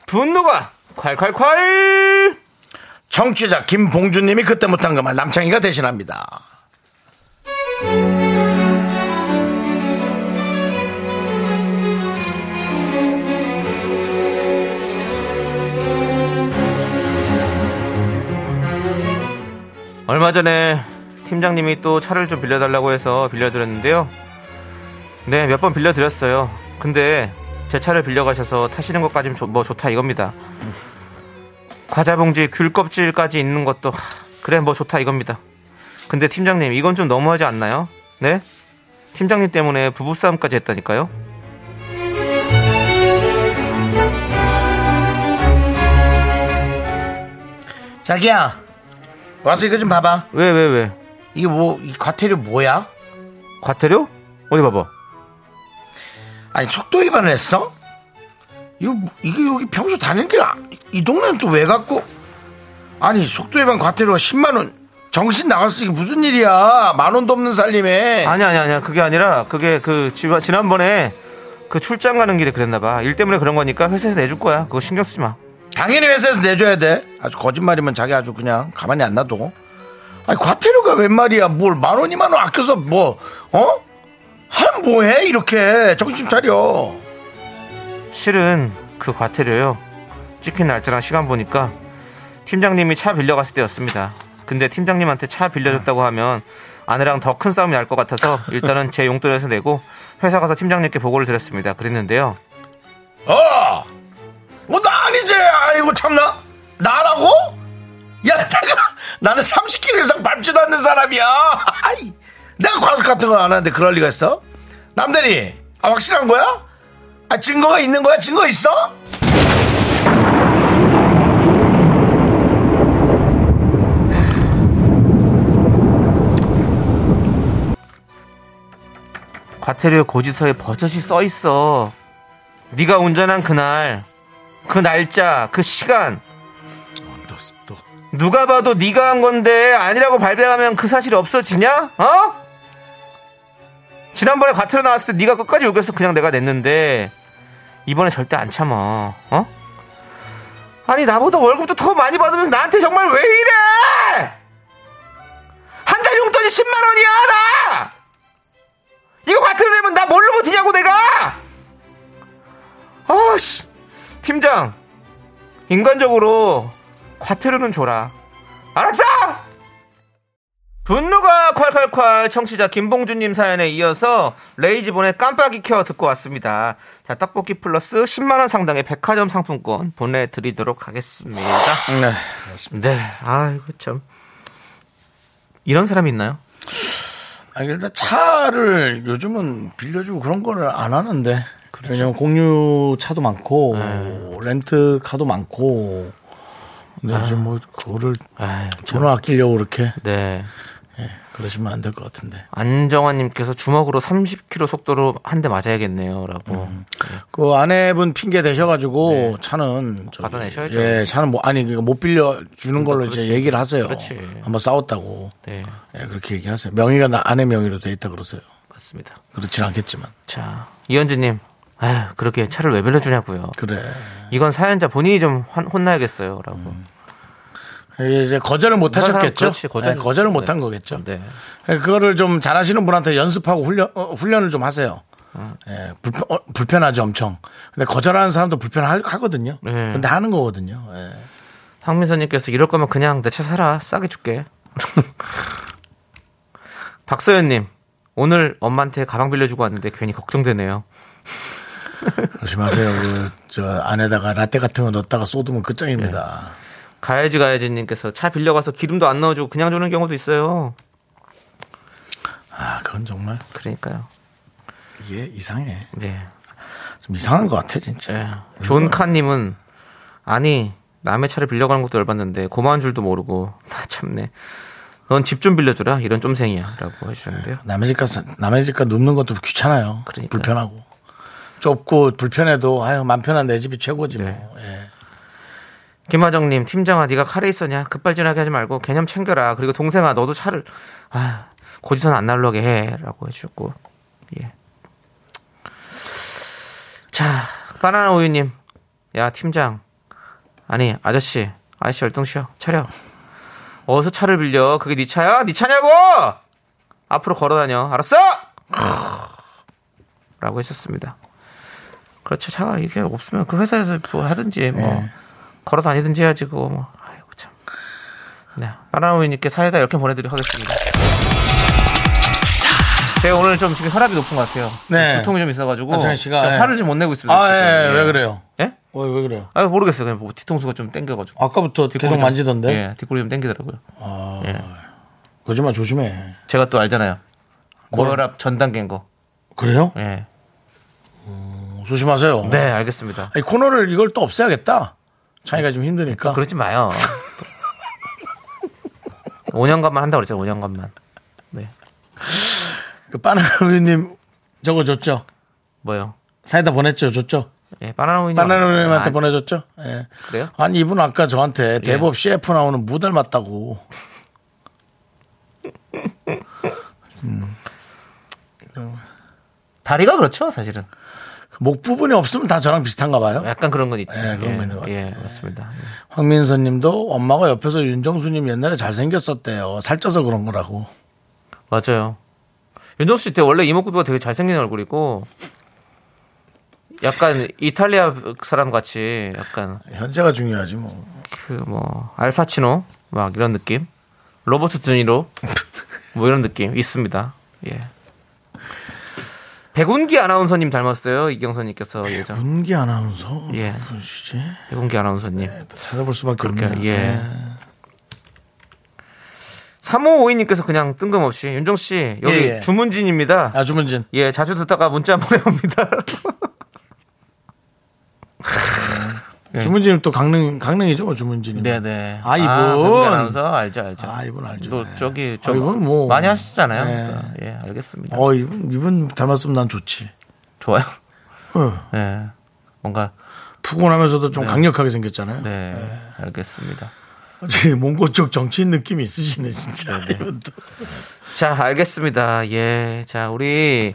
B: 분노가 콸콸콸
A: 청취자 김봉준님이 그때 못한 그말 남창희가 대신합니다.
B: 얼마 전에 팀장님이 또 차를 좀 빌려달라고 해서 빌려드렸는데요. 네, 몇 번 빌려드렸어요. 근데 제 차를 빌려가셔서 타시는 것까지 뭐 좋다 이겁니다. 과자 봉지 귤 껍질까지 있는 것도 하, 그래 뭐 좋다 이겁니다. 근데 팀장님 이건 좀 너무하지 않나요? 네? 팀장님 때문에 부부싸움까지 했다니까요.
A: 자기야, 와서 이거 좀 봐봐.
B: 왜 왜 왜?
A: 이게 뭐, 이 과태료 뭐야?
B: 과태료? 어디 봐봐.
A: 아니, 속도 위반을 했어? 이거, 뭐- 이게 여기 평소 다니는 길, 아- 이 동네는 또 왜 갖고? 아니, 속도 위반 과태료가 10만원. 정신 나갔어. 이게 무슨 일이야. 만 원도 없는 살림에.
B: 아니 아니 아니야 그게 아니라 그게 그 지- 지난번에 그 출장 가는 길에 그랬나 봐일 때문에 그런 거니까 회사에서 내줄 거야 그거 신경 쓰지 마
A: 당연히 회사에서 내줘야 돼. 아주 거짓말이면 자기 아주 그냥 가만히 안 놔둬. 아니, 과태료가 웬 말이야. 뭘, 만 원, 이만 원 아껴서 뭐, 어? 한 뭐해? 이렇게. 정신 차려. 어!
B: 실은 그 과태료요 찍힌 날짜랑 시간 보니까 팀장님이 차 빌려갔을 때였습니다 근데 팀장님한테 차 빌려줬다고 하면 아내랑 더 큰 싸움이 날 것 같아서 일단은 제 용돈에서 내고 회사 가서 팀장님께 보고를 드렸습니다 그랬는데요
A: 어! 어, 나 아니지! 아이고, 참나! 나라고? 야, 내가, 나는 30kg 이상 밟지도 않는 사람이야! 아이, 내가 과속 같은 거 안 하는데 그럴 리가 있어? 남대리, 아, 확실한 거야? 아, 증거가 있는 거야? 증거 있어?
B: 과태료 고지서에 버젓이 써 있어. 네가 운전한 그날, 그 날짜, 그 시간. 누가 봐도 네가 한 건데 아니라고 발뺌하면 그 사실이 없어지냐? 어? 지난번에 과태료 나왔을 때 네가 끝까지 우겨서 그냥 내가 냈는데 이번에 절대 안 참아. 어? 아니 나보다 월급도 더 많이 받으면서 나한테 정말 왜 이래? 한 달 용돈이 10만 원이야 나! 이거 과태료 내면 나 뭘로 버티냐고 내가 아씨 팀장 인간적으로 과태료는 줘라 알았어 분노가 콸콸콸 청취자 김봉준님 사연에 이어서 레이지본의 깜빡이 켜 듣고 왔습니다 자 떡볶이 플러스 10만원 상당의 백화점 상품권 보내드리도록 하겠습니다
A: 네.
B: 네 아이고 참 이런 사람이 있나요?
A: 아니, 일단 차를 요즘은 빌려주고 그런 거를 안 하는데.
B: 그렇죠.
A: 왜냐면 공유 차도 많고,
B: 네.
A: 렌트카도 많고. 근데 이제 뭐, 그거를
B: 아. 아유,
A: 전화 아끼려고 그렇게
B: 네
A: 그러시면 안 될 것 같은데.
B: 안정환님께서 주먹으로 30km 속도로 한 대 맞아야겠네요라고.
A: 그 아내분 핑계 대셔가지고 차는 저기-
B: 네. 뭐 받아내셔야죠.
A: 예, 차는 뭐 아니 그러니까 못 빌려 주는 걸로 이제 얘기를 하세요.
B: 그렇지.
A: 한번 싸웠다고.
B: 네,
A: 예, 그렇게 얘기하세요. 명의가 나 아내 명의로 돼 있다 그러세요.
B: 맞습니다.
A: 그렇진 않겠지만
B: 자 이현주님, 아휴 그렇게 차를 왜 빌려주냐고요.
A: 그래.
B: 이건 사연자 본인이 좀 환- 혼나야겠어요라고.
A: 이제 거절을 못
B: 사람,
A: 하셨겠죠.
B: 그렇지, 거절.
A: 네, 거절을 못 한 거겠죠.
B: 네.
A: 예, 그거를 좀 잘하시는 분한테 연습하고 훈련 어, 훈련을 좀 하세요.
B: 음.
A: 예, 불편, 어, 불편하죠 엄청. 근데 거절하는 사람도 불편하거든요.
B: 네.
A: 근데 하는 거거든요. 예.
B: 황민서님께서 이럴 거면 그냥 내 차 사라 싸게 줄게. 박서연님 오늘 엄마한테 가방 빌려주고 왔는데 괜히 걱정되네요.
A: 조심하세요. 그, 저 안에다가 라떼 같은 거 넣었다가 쏟으면 끝장입니다.
B: 가야지 가야지님께서 차 빌려가서 기름도 안 넣어주고 그냥 주는 경우도 있어요. 네.
A: 아 그건 정말
B: 그러니까요.
A: 이게 이상해.
B: 네.
A: 좀 이상한 것 같아 진짜.
B: 예. 존 칸님은 아니 남의 차를 빌려가는 것도 열받는데 고마운 줄도 모르고 나 참네. 넌 집 좀 빌려주라 이런 쫌생이야라고 해주셨는데요.
A: 남의 집 가서 남의 집 가 눕는 것도 귀찮아요.
B: 그러니까요.
A: 불편하고 좁고 불편해도 아유 맘 편한 내 집이 최고지
B: 네.
A: 뭐. 예.
B: 김하정님 팀장아 네가 카레 있었냐 급발진하게 하지 말고 개념 챙겨라 그리고 동생아 너도 차를 아 고지선 안 날라게 해라고 해주셨고 예자 바나나 우유님 야 팀장 아니 아저씨 아저씨 열등 쉬어 차려 어디서 차를 빌려 그게 네 차야 네 차냐고 앞으로 걸어다녀 알았어 라고 했었습니다 그렇죠 차가 이게 없으면 그 회사에서 뭐 하든지 뭐
A: 네.
B: 걸어 다니든지 해야지 그거 뭐. 아이고 참. 네. 까나우이님께 사이다 이렇게 보내드리도록 하겠습니다. 제가 오늘 좀 지금 혈압이 높은 것 같아요.
A: 네.
B: 두통이 좀 있어가지고
A: 남창희 씨가,
B: 제가
A: 예.
B: 화를 좀 못 내고 있습니다.
A: 아, 예,
B: 지금.
A: 왜 그래요?
B: 예?
A: 어, 왜 그래요?
B: 아 모르겠어요. 그냥 뭐 뒤통수가 좀 땡겨가지고.
A: 아까부터
B: 뒷골이
A: 계속
B: 좀-
A: 만지던데.
B: 예, 뒷골이 좀 땡기더라고요. 예.
A: 거짓말 조심해.
B: 제가 또 알잖아요. 고혈압 전 단계인 거.
A: 그래요? 어,
B: 예.
A: 조심하세요.
B: 네, 알겠습니다.
A: 이 코너를 이걸 또 없애야겠다. 자기가 좀 힘드니까.
B: 그러지 마요. 5년간만 한다고 그랬죠, 5년간만. 네.
A: 그 바나나 우유님 저거 줬죠?
B: 뭐요?
A: 사이다 보냈죠? 줬죠?
B: 예, 바나나 우유님.
A: 바나나 우유님한테
B: 아, 예.
A: 보내줬죠? 예.
B: 그래요?
A: 아니, 이분 아까 저한테 대법 CF 나오는 무 닮았다고.
B: 다리가 그렇죠, 사실은.
A: 목 부분이 없으면 다 저랑 비슷한가 봐요.
B: 약간 그런 건 있죠.
A: 예, 그런 거 있는 것
B: 예,
A: 같아요.
B: 맞습니다. 예.
A: 황민선 님도 엄마가 옆에서 윤정수님 옛날에 잘생겼었대요. 살쪄서 그런 거라고.
B: 맞아요. 윤정수 씨 때 원래 이목구비가 되게 잘생긴 얼굴이고 약간 이탈리아 사람 같이 약간
A: 현재가 중요하지 뭐.
B: 그 뭐 알파치노 막 이런 느낌, 로버트 드니로 뭐 이런 느낌 있습니다. 예. 백운기 아나운서님 닮았어요 이경선님께서 예전
A: 은기 아나운서?
B: 예.
A: 그러시지?
B: 백운기 아나운서님
A: 또 찾아볼 수밖에 없네요.
B: 예. 3552님께서 그냥 뜬금없이 윤정 씨 여기
A: 예, 예.
B: 주문진입니다.
A: 아, 주문진.
B: 예, 자주 듣다가 문자 한번 해봅니다. 예.
A: 주문진은 또 강릉, 강릉이죠, 뭐 주문진이.
B: 네네.
A: 아, 이분.
B: 아나운서 알죠, 알죠.
A: 아, 이분 알죠.
B: 또
A: 예.
B: 저기
A: 아,
B: 좀
A: 이분 뭐.
B: 많이 하시잖아요.
A: 예.
B: 그러니까. 예, 알겠습니다.
A: 어, 이분, 이분 닮았으면 난 좋지.
B: 좋아요.
A: 어.
B: 예, 뭔가
A: 푸근하면서도 좀 강력하게 생겼잖아요.
B: 네, 알겠습니다.
A: 제 몽고 쪽 정치인 느낌이 있으시네, 진짜. 이분도.
B: 자, 알겠습니다. 예, 자 우리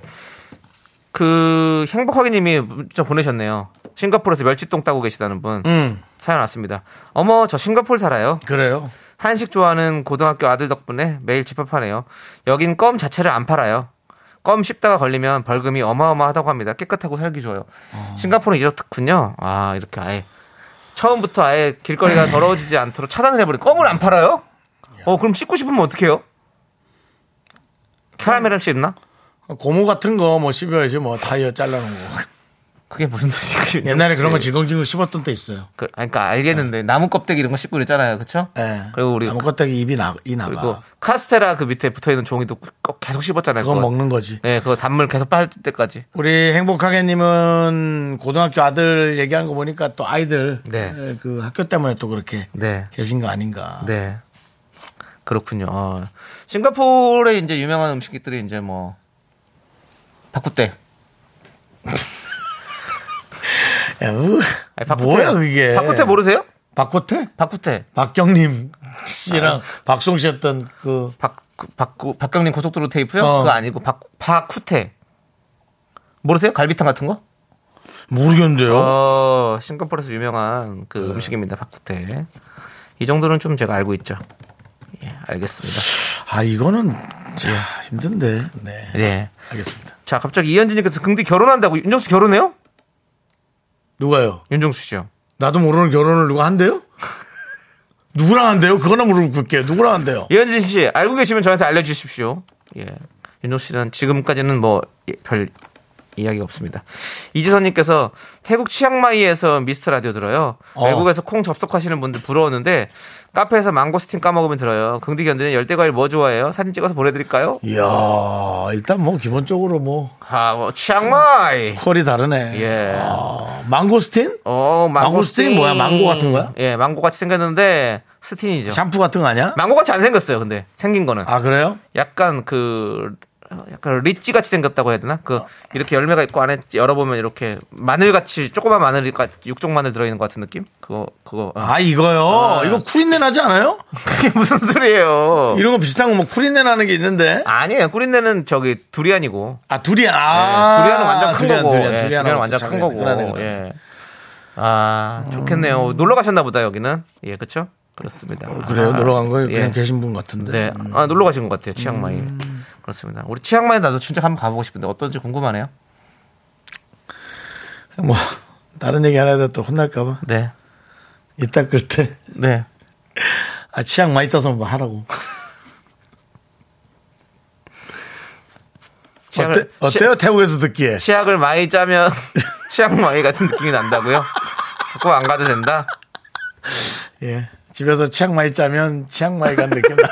B: 그 행복하게님이 문자 보내셨네요. 싱가포르에서 멸치똥 따고 계시다는 분
A: 음,
B: 사연 왔습니다. 어머, 저 싱가포르 살아요.
A: 그래요.
B: 한식 좋아하는 고등학교 아들 덕분에 매일 집합하네요. 여긴 껌 자체를 안 팔아요. 껌 씹다가 걸리면 벌금이 어마어마하다고 합니다. 깨끗하고 살기 좋아요.
A: 어.
B: 싱가포르는 이렇군요. 아, 이렇게 아예. 처음부터 아예 길거리가 더러워지지 않도록 차단을 해버린 껌을 안 팔아요? 어, 그럼 씹고 싶으면 어떡해요? 캐러멜을 씹나?
A: 고무 같은 거 뭐 씹어야지 뭐 다이어 잘라놓은 거.
B: 그게 무슨 소리지?
A: 옛날에 그런
B: 네.
A: 거 질겅질겅 씹었던 때 있어요.
B: 그, 아니, 그러니까 알겠는데 나무 껍데기 이런 거 씹고 그랬잖아요, 그렇죠?
A: 예.
B: 그리고 우리
A: 네. 나무 껍데기 입이 나, 이 나가.
B: 그리고 카스테라 그 밑에 붙어 있는 종이도 꼭 계속 씹었잖아요.
A: 그건
B: 그거.
A: 먹는 거지.
B: 네, 그거 단물 계속 빠질 때까지.
A: 우리 행복하게님은 고등학교 아들 얘기하는 거 보니까 또 아이들
B: 네.
A: 예, 그 학교 때문에 또 그렇게
B: 네.
A: 계신 거 아닌가.
B: 네. 그렇군요. 어. 싱가포르의 이제 유명한 음식들이 이제 뭐 바꾸대.
A: 야, 으,
B: 아니, 바꾸대.
A: 뭐야 그게?
B: 바꾸대 모르세요?
A: 박코테?
B: 바꾸대.
A: 박경림 씨랑
B: 아.
A: 박송 씨였던 그
B: 박, 그, 박, 그, 박경림 고속도로 테이프요?
A: 어.
B: 그거 아니고 박, 바쿠테. 모르세요? 갈비탕 같은 거?
A: 모르겠는데요.
B: 음. 어, 싱가포르에서 유명한 그 음식입니다. 바쿠테. 이 정도는 좀 제가 알고 있죠. 예, 알겠습니다.
A: 아 이거는 자,
B: 아,
A: 힘든데. 네.
B: 예.
A: 알겠습니다.
B: 자, 갑자기 이현진님께서 긍디 결혼한다고 윤정수 결혼해요?
A: 누가요?
B: 윤정수 씨요.
A: 나도 모르는 결혼을 누가 한대요? 누구랑 한대요? 그거나 물어볼게요. 누구랑 한대요?
B: 이현진 씨 알고 계시면 저한테 알려주십시오. 예. 윤정수 씨는 지금까지는 뭐 별 이야기 없습니다. 이지선님께서 태국 치앙마이에서 미스터 라디오 들어요.
A: 어.
B: 외국에서 콩 접속하시는 분들 부러웠는데 카페에서 망고스틴 까먹으면 들어요. 긍디 견디는 열대과일 뭐 좋아해요? 사진 찍어서 보내드릴까요?
A: 이야 일단 뭐 기본적으로 뭐
B: 아, 뭐 치앙마이.
A: 퀄이 다르네.
B: 예.
A: 아, 망고스틴?
B: 어, 망고스틴
A: 망고스틴이 뭐야? 망고 같은 거야?
B: 예, 망고 같이 생겼는데 스틴이죠.
A: 샴푸 같은 거 아니야?
B: 망고 같이 안 생겼어요. 근데 생긴 거는
A: 아 그래요?
B: 약간 그 어, 약간 리찌 같이 생겼다고 해야 되나? 그 이렇게 열매가 있고 안에 열어보면 이렇게 마늘 같이 조그만 마늘이 육종 마늘 들어있는 것 같은 느낌? 그거 그거 아,
A: 아 이거요. 이거 쿠린내 나지 않아요?
B: 그게 무슨 소리예요?
A: 이런 거 비슷한 거 뭐 쿠린내 나는 게 있는데.
B: 어. 아니에요. 꾸린내는 저기 두리안이고
A: 아 두리안.
B: 예,
A: 아
B: 두리안은 완전 큰
A: 두리안,
B: 거고
A: 두리안,
B: 예,
A: 두리안하고
B: 두리안은 완전
A: 또
B: 큰
A: 작아요.
B: 거고
A: 그러네, 그러네.
B: 예. 아 좋겠네요. 놀러 가셨나 보다 여기는 예 그렇죠? 그렇습니다.
A: 음. 어, 그래요?
B: 아,
A: 놀러 간 거예요?
B: 예.
A: 그냥 계신 분 같은데. 음.
B: 네, 아, 놀러 가신 것 같아요. 치앙마이. 그렇습니다. 우리 치앙마이 나도 진짜 한번 가보고 싶은데 어떤지 궁금하네요.
A: 뭐 다른 얘기 하나 해도 또 혼날까봐.
B: 네,
A: 이따 그럴 때
B: 네.
A: 아, 치약 많이 짜서 뭐 하라고. 어때,
B: 치약을-
A: 어때요? 태국에서 듣기에.
B: 치약을 많이 짜면 치앙마이 같은 느낌이 난다고요? 꼭 안 가도 된다.
A: 예. 집에서 치약 많이 짜면 치약 많이 간 느낌 나.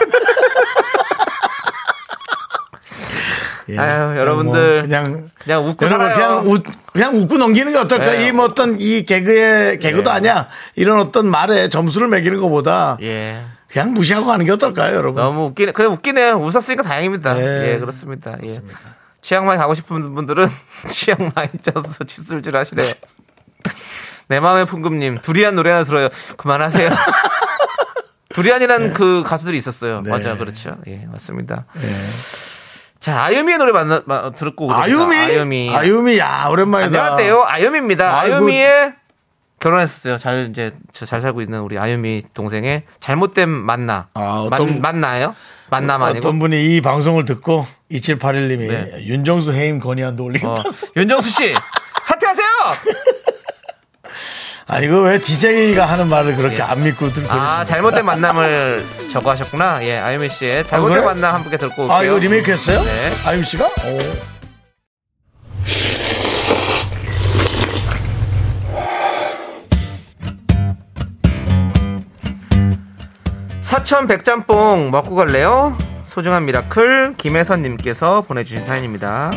A: 예.
B: 아유,
A: 그냥
B: 여러분들.
A: 뭐 그냥
B: 그냥 웃고
A: 여러분
B: 살아요.
A: 그냥 웃 그냥 웃고 넘기는 게 어떨까?
B: 예.
A: 이 뭐 어떤 이 개그의 개그도 아니야. 이런 어떤 말에 점수를 매기는 것보다
B: 예.
A: 그냥 무시하고 가는 게 어떨까요, 여러분?
B: 너무 웃기네. 그래 웃기네요. 웃었으니까 다행입니다.
A: 예.
B: 예, 그렇습니다. 예. 치앙마이 가고 싶은 분들은 치앙마이 짜서 칫솔질 하시래요. 내 마음의 풍금님 두리안 노래나 들어요. 그만하세요. 두리안이라는 그 가수들이 있었어요.
A: 네.
B: 맞아, 그렇죠. 예, 맞습니다. 자, 아유미의 노래 만나 마- 듣고 그럽니다.
A: 아유미?
B: 아유미,
A: 아유미, 야, 오랜만이다.
B: 안녕하세요. 아유미입니다.
A: 아이고.
B: 아유미의 결혼했었어요. 잘 이제 저잘 살고 있는 우리 아유미 동생의 잘못된 만나.
A: 아, 어떤-
B: 만, 만나요? 만남 아니고.
A: 어떤 분이 이 방송을 듣고 2781님이
B: 네.
A: 윤정수 해임 건의안도 올리겠다.
B: 어, 윤정수 씨 사퇴하세요.
A: 아니 그 왜 DJ가 하는 말을 그렇게 안 믿고 들고
B: 예. 아
A: 그러시는
B: 잘못된 만남을 저거 하셨구나. 예, 아유미 씨의 잘못된
A: 그래요?
B: 만남 함께 듣고 올게요.
A: 거예요? 아 이거 리메이크 했어요?
B: 네.
A: 아유 씨가? 오.
B: 사천 백짬뽕 먹고 갈래요? 소중한 미라클 김혜선님께서 보내주신 사연입니다.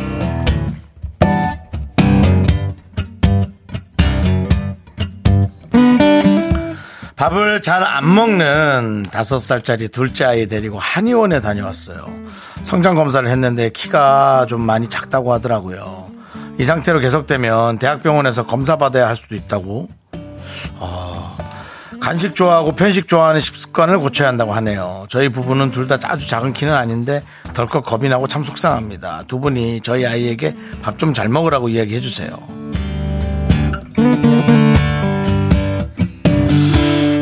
A: 밥을 잘 안 먹는 다섯 살짜리 둘째 아이 데리고 한의원에 다녀왔어요. 성장 검사를 했는데 키가 좀 많이 작다고 하더라고요. 이 상태로 계속되면 대학병원에서 검사 받아야 할 수도 있다고 아, 간식 좋아하고 편식 좋아하는 습관을 고쳐야 한다고 하네요. 저희 부부는 둘 다 아주 작은 키는 아닌데 덜컥 겁이 나고 참 속상합니다. 두 분이 저희 아이에게 밥 좀 잘 먹으라고 이야기해 주세요.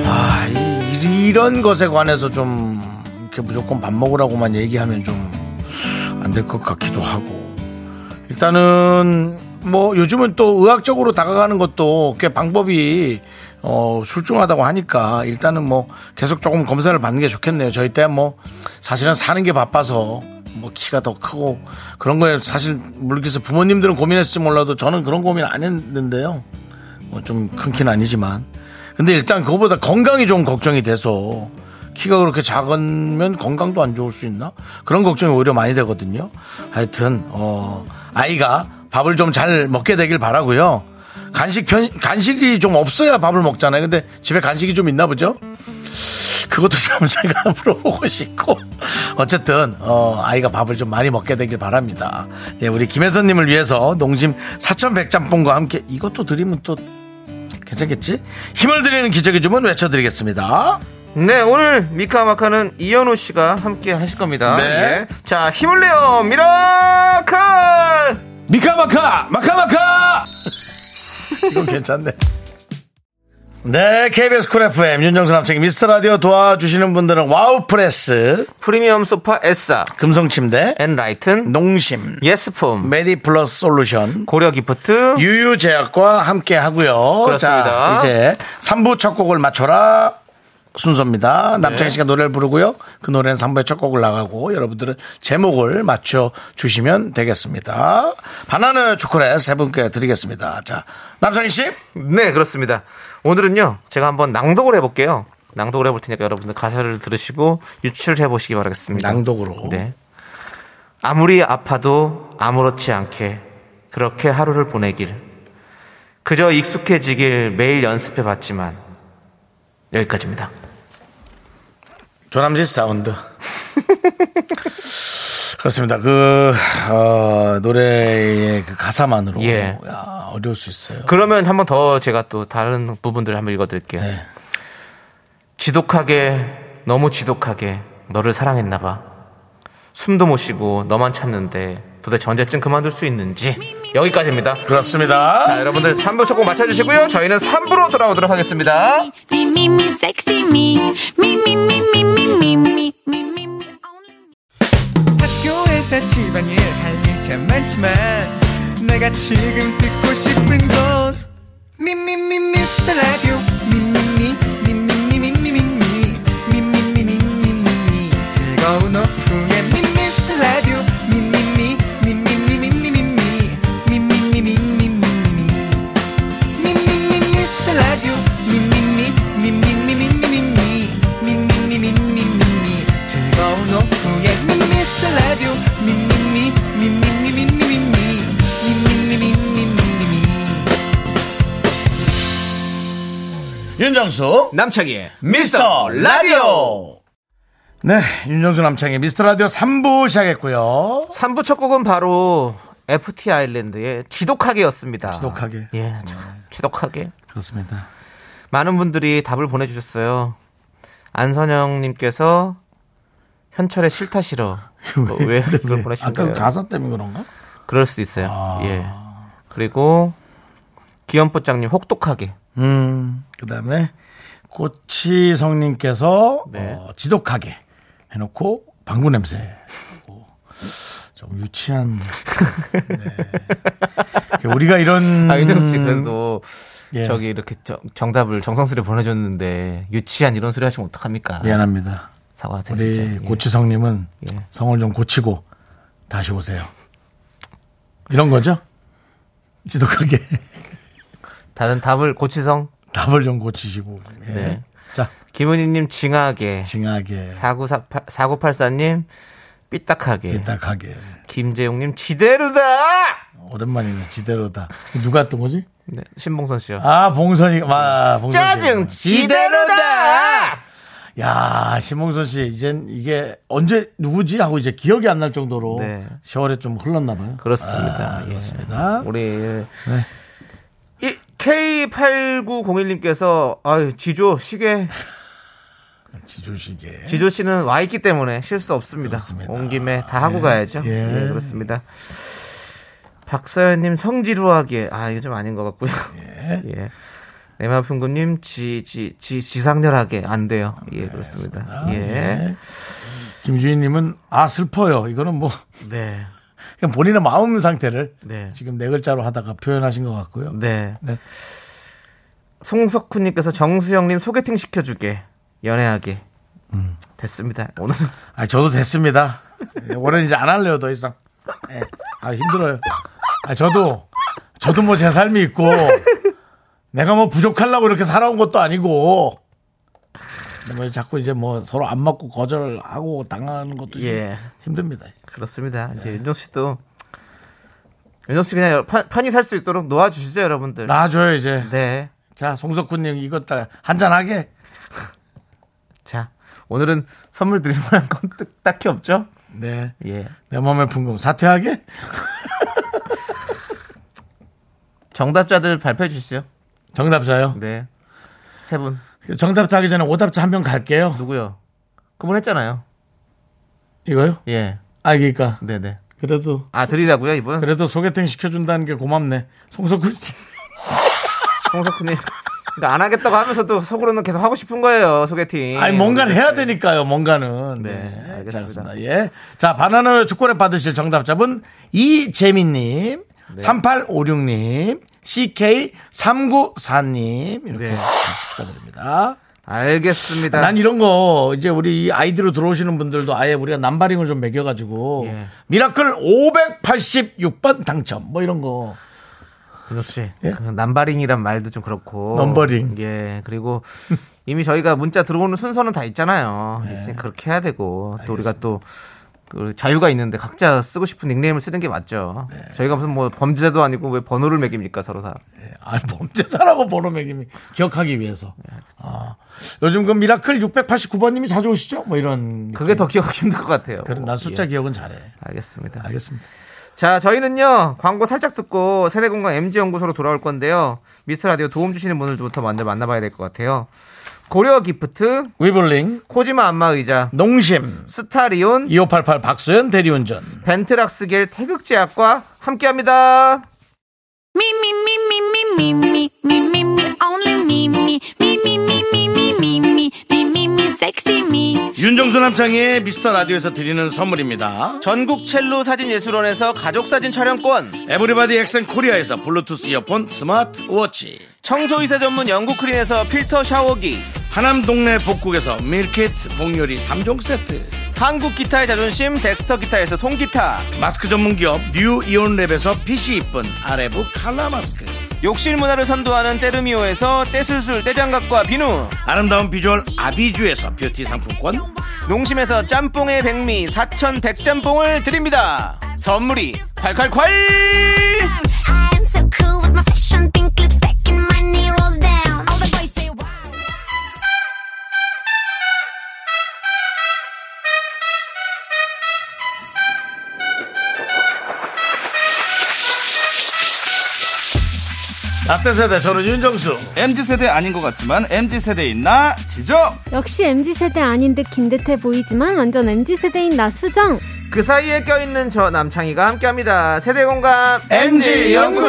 A: 아, 이- 이런 것에 관해서 좀 이렇게 무조건 밥 먹으라고만 얘기하면 좀 안 될 것 같기도 하고 일단은 뭐 요즘은 또 의학적으로 다가가는 것도 꽤 방법이 어 출중하다고 하니까 일단은 뭐 계속 조금 검사를 받는 게 좋겠네요. 저희 때 뭐 사실은 사는 게 바빠서 뭐 키가 더 크고 그런 거에 사실 물기서 부모님들은 고민했을지 몰라도 저는 그런 고민 안 했는데요. 뭐 좀 큰 키는 아니지만 근데 일단 그거보다 건강이 좀 걱정이 돼서 키가 그렇게 작으면 건강도 안 좋을 수 있나 그런 걱정이 오히려 많이 되거든요 하여튼 어 아이가 밥을 좀 잘 먹게 되길 바라고요 간식 편 간식이 좀 없어야 밥을 먹잖아요 근데 집에 간식이 좀 있나 보죠 그것도 좀 제가 물어보고 싶고 어쨌든 어, 아이가 밥을 좀 많이 먹게 되길 바랍니다. 예, 우리 김혜선님을 위해서 농심 사천백짬뽕과 함께 이것도 드리면 또 괜찮겠지? 힘을 드리는 기적의 주문 외쳐드리겠습니다.
B: 네, 오늘 미카마카는 이현우 씨가 함께 하실 겁니다.
A: 네.
B: 예. 자, 힘을 내요, 미라클!
E: 미카마카 마카마카
A: 이건 괜찮네. 네, KBS 쿨 FM 윤정수 남창희 미스터 라디오 도와주시는 분들은 와우 프레스,
B: 프리미엄 소파 에싸,
A: 금성 침대, 네.
B: 엔라이튼,
A: 농심,
B: 예스폼,
A: 메디 플러스 솔루션,
B: 고려 기프트,
A: 유유제약과 함께 하고요. 자,
B: 그렇습니다.
A: 이제 3부 첫 곡을 맞춰라. 순서입니다. 남창희 씨가 노래를 부르고요. 그 노래는 3부의 첫 곡을 나가고 여러분들은 제목을 맞춰 주시면 되겠습니다. 바나나 초콜릿 세 분께 드리겠습니다. 자, 남창희 씨.
B: 네, 그렇습니다. 오늘은요, 제가 한번 낭독을 해볼게요. 낭독을 해볼 테니까 여러분들 가사를 들으시고 유출해 보시기 바라겠습니다.
A: 낭독으로.
B: 네. 아무리 아파도 아무렇지 않게 그렇게 하루를 보내길. 그저 익숙해지길 매일 연습해 봤지만 여기까지입니다.
A: 조남지 사운드. 그렇습니다. 그, 어, 노래의 그 가사만으로.
B: 예.
A: 야, 어려울 수 있어요.
B: 그러면 한번 더 제가 또 다른 부분들을 한번 읽어드릴게요.
A: 네.
B: 지독하게 너무 지독하게 너를 사랑했나봐. 숨도 못 쉬고 너만 찾는데 도대체 언제쯤 그만둘 수 있는지 여기까지입니다.
A: 그렇습니다.
B: 자, 여러분들 3부 첫곡 맞춰주시고요. 저희는 3부로 돌아오도록 하겠습니다.
F: Me, me, me, sexy me. Me, me, me, me, me, me, me, me, me, me, only me.
H: 학교에서 집안일 할 일 참 많지만 내가 지금 듣고 싶은 건 미미미 미스터 라디오 미미미 미미미 미미미 미미미 미미미 즐거운 오후에 미스터 라디오 미미미 미미미 미미미 미미미 미미미 미미미 미스터 라디오 미미미 미미미 미미미 미미미 미미미 즐거운 오후에 예, 미스터 라디오 미미미 미미미 미미미 미미미 미미미
A: 윤정수 남창희의 미스터 라디오 네 윤정수 남창희의 미스터 라디오 3부 시작했고요
B: 3부 첫 곡은 바로 FT 아일랜드의 지독하게였습니다.
A: 지독하게.
B: 예, 참 지독하게.
A: 그렇습니다
B: 많은 분들이 답을 보내주셨어요. 안선영님께서 현철의 싫다 싫어. 어, 왜 그걸 보내신
A: 아까
B: 거예요?
A: 그 가사 아. 때문에 그런가?
B: 그럴 수도 있어요. 예. 그리고 기염뽀짝님 혹독하게.
A: 음그 다음에 고치성님께서
B: 네.
A: 어, 지독하게 해놓고 방구 냄새 좀 유치한 네. 우리가 이런
B: 아 윤정수 씨 그래도
A: 예.
B: 저기 이렇게 정- 정답을 정성스레 보내줬는데 유치한 이런 소리 하시면 어떡합니까?
A: 미안합니다
B: 사과하세요.
A: 예. 우리
B: 진짜. 예.
A: 고치성님은
B: 예.
A: 성을 좀 고치고 다시 오세요. 이런 거죠? 지독하게
B: 다른 답을 고치성.
A: 답을 좀 고치시고. 예.
B: 네.
A: 자,
B: 김은희님 징하게. 네.
A: 징하게,
B: 4948, 4984님 삐딱하게.
A: 삐딱하게.
B: 김재용님 지대로다.
A: 오랜만이네, 지대로다. 누가 했던 거지?
B: 네, 신봉선 씨요.
A: 아, 봉선이, 와, 봉선 씨.
B: 짜증 지대로다.
A: 야, 신봉선 씨, 이젠 이게 언제 누구지? 하고 이제 기억이 안 날 정도로
B: 네.
A: 세월에 좀 흘렀나 봐요.
B: 그렇습니다. 네.
A: 아,
B: 예.
A: 그렇습니다.
B: 우리 이 K8901님께서 아유 지조 시계
A: 지조식에.
B: 지조 씨는 와 있기 때문에 실수 없습니다.
A: 그렇습니다.
B: 온 김에 다 하고 가야죠.
A: 예.
B: 예, 그렇습니다. 박서연님 성지루하게 아 이거 좀 아닌 것 같고요. 예. 레마풍구님 지지 지 지상렬하게 안 돼요. 예 그렇습니다. 예.
A: 김주인님은 아, 슬퍼요. 이거는 뭐.
B: 네.
A: 그냥 본인의 마음 상태를
B: 네.
A: 지금 네 글자로 하다가 표현하신 것 같고요.
B: 네.
A: 네.
B: 송석훈님께서 정수영님 소개팅 시켜주게 연애하게 음. 됐습니다. 오늘
A: 아, 저도 됐습니다. 예, 올해는 이제 안 할래요, 더 이상. 예. 아, 힘들어요. 아, 저도, 저도 뭐 제 삶이 있고, 내가 뭐 부족하려고 이렇게 살아온 것도 아니고, 뭐 자꾸 이제 뭐 서로 안 맞고 거절하고 당하는 것도
B: 예.
A: 힘듭니다.
B: 그렇습니다. 이제 윤정수 씨도 윤정수 씨 그냥 파, 판이 살 수 있도록 놓아주시죠 여러분들.
A: 나와줘요, 이제.
B: 네.
A: 자, 송석훈님 이것 다 한잔하게.
B: 자 오늘은 선물 드릴 만한 건 딱- 딱히 없죠?
A: 네.
B: 예.
A: 내 마음의 풍금 사퇴하게?
B: 정답자들 발표해 주시죠.
A: 정답자요.
B: 네. 세 분.
A: 정답자 하기 전에 오답자 한 명 갈게요.
B: 누구요? 그분 했잖아요.
A: 이거요?
B: 예.
A: 아, 그러니까.
B: 네네.
A: 그래도
B: 아 드리라고요 이분?
A: 그래도 소개팅 시켜준다는 게 고맙네. 송석훈 씨.
B: 송석훈님 그러니까 안 하겠다고 하면서도 속으로는 계속 하고 싶은 거예요 소개팅.
A: 아니 뭔가를 해야 되니까요. 뭔가는.
B: 네, 알겠습니다.
A: 잘했습니다. 예. 자, 바나나 주권을 받으실 정답자분 이재민님,
B: 네.
A: 3856님, CK394님 이렇게
B: 네.
A: 축하드립니다.
B: 알겠습니다.
A: 난 이런 거 이제 우리 이 아이디로 들어오시는 분들도 아예 우리가 남바링을 좀 매겨가지고
B: 예.
A: 미라클 586번 당첨 뭐 이런 거
B: 그렇지.
A: 예?
B: 그 남바링이란 말도 좀 그렇고.
A: 넘버링.
B: 예. 그리고 이미 저희가 문자 들어오는 순서는 다 있잖아요.
A: 예.
B: 있으니까 그렇게 해야 되고 또 우리가 또. 그 자유가 있는데 각자 쓰고 싶은 닉네임을 쓰는 게 맞죠. 저희가 무슨 뭐 범죄자도 아니고 왜 번호를 매깁니까 서로 다.
A: 아, 범죄자라고 번호 매김이 기억하기 위해서.
B: 네,
A: 아, 요즘 그 미라클 689번님이 자주 오시죠? 뭐 이런.
B: 그게 더 기억하기 힘들 것 같아요. 예,
A: 그런 난 숫자 기억은 잘해.
B: 알겠습니다.
A: 알겠습니다.
B: 자, 저희는요, 광고 살짝 듣고 세대공간 MG연구소로 돌아올 건데요. 미스터 라디오 도움 주시는 분들부터 먼저 만나봐야 될 것 같아요. 고려 기프트,
A: 위블링,
B: 코지마 안마 의자,
A: 농심,
B: 스타리온,
A: 2588 박소연 대리운전.
B: 벤트락스겔 태극제약과 함께 합니다.
F: Me, me, me, me, me, me, me, me, me, me, only me, me, me, me, me, me, me, me, me, me, me, me, sexy me.
A: 윤정수 남창의 미스터 라디오에서 드리는 선물입니다.
D: 아? 전국 첼로 사진 예술원에서 가족 사진 촬영권,
A: 에브리바디 엑센 코리아에서 블루투스 이어폰 스마트 워치.
D: 청소이사 전문 영국 크린에서 필터 샤워기,
A: 하남 동네 복국에서 밀키트 복요리 3종 세트.
D: 한국 기타의 자존심 덱스터 기타에서 통기타,
A: 마스크 전문 기업 뉴 이온랩에서 핏이 이쁜 아레브 칼라 마스크.
D: 욕실 문화를 선도하는 때르미오에서 떼술술 떼장갑과 비누,
A: 아름다운 비주얼 아비주에서 뷰티 상품권.
D: 농심에서 짬뽕의 백미 사천 백짬뽕을 드립니다. 선물이 콸콸콸!
G: I am so cool with my fashion pink lipstick and my knee rolls down. All the boys say wow.
A: 라떼 세대 저는 윤정수.
D: MZ세대 아닌 것 같지만 MZ세대인 나 지적!
G: 역시 MZ 세대 아닌 듯 긴 듯해 보이지만 완전 MZ 세대인 나 수정.
B: 그 사이에 껴있는 저 남창희가 함께 합니다. 세대공감
A: MG 연구소.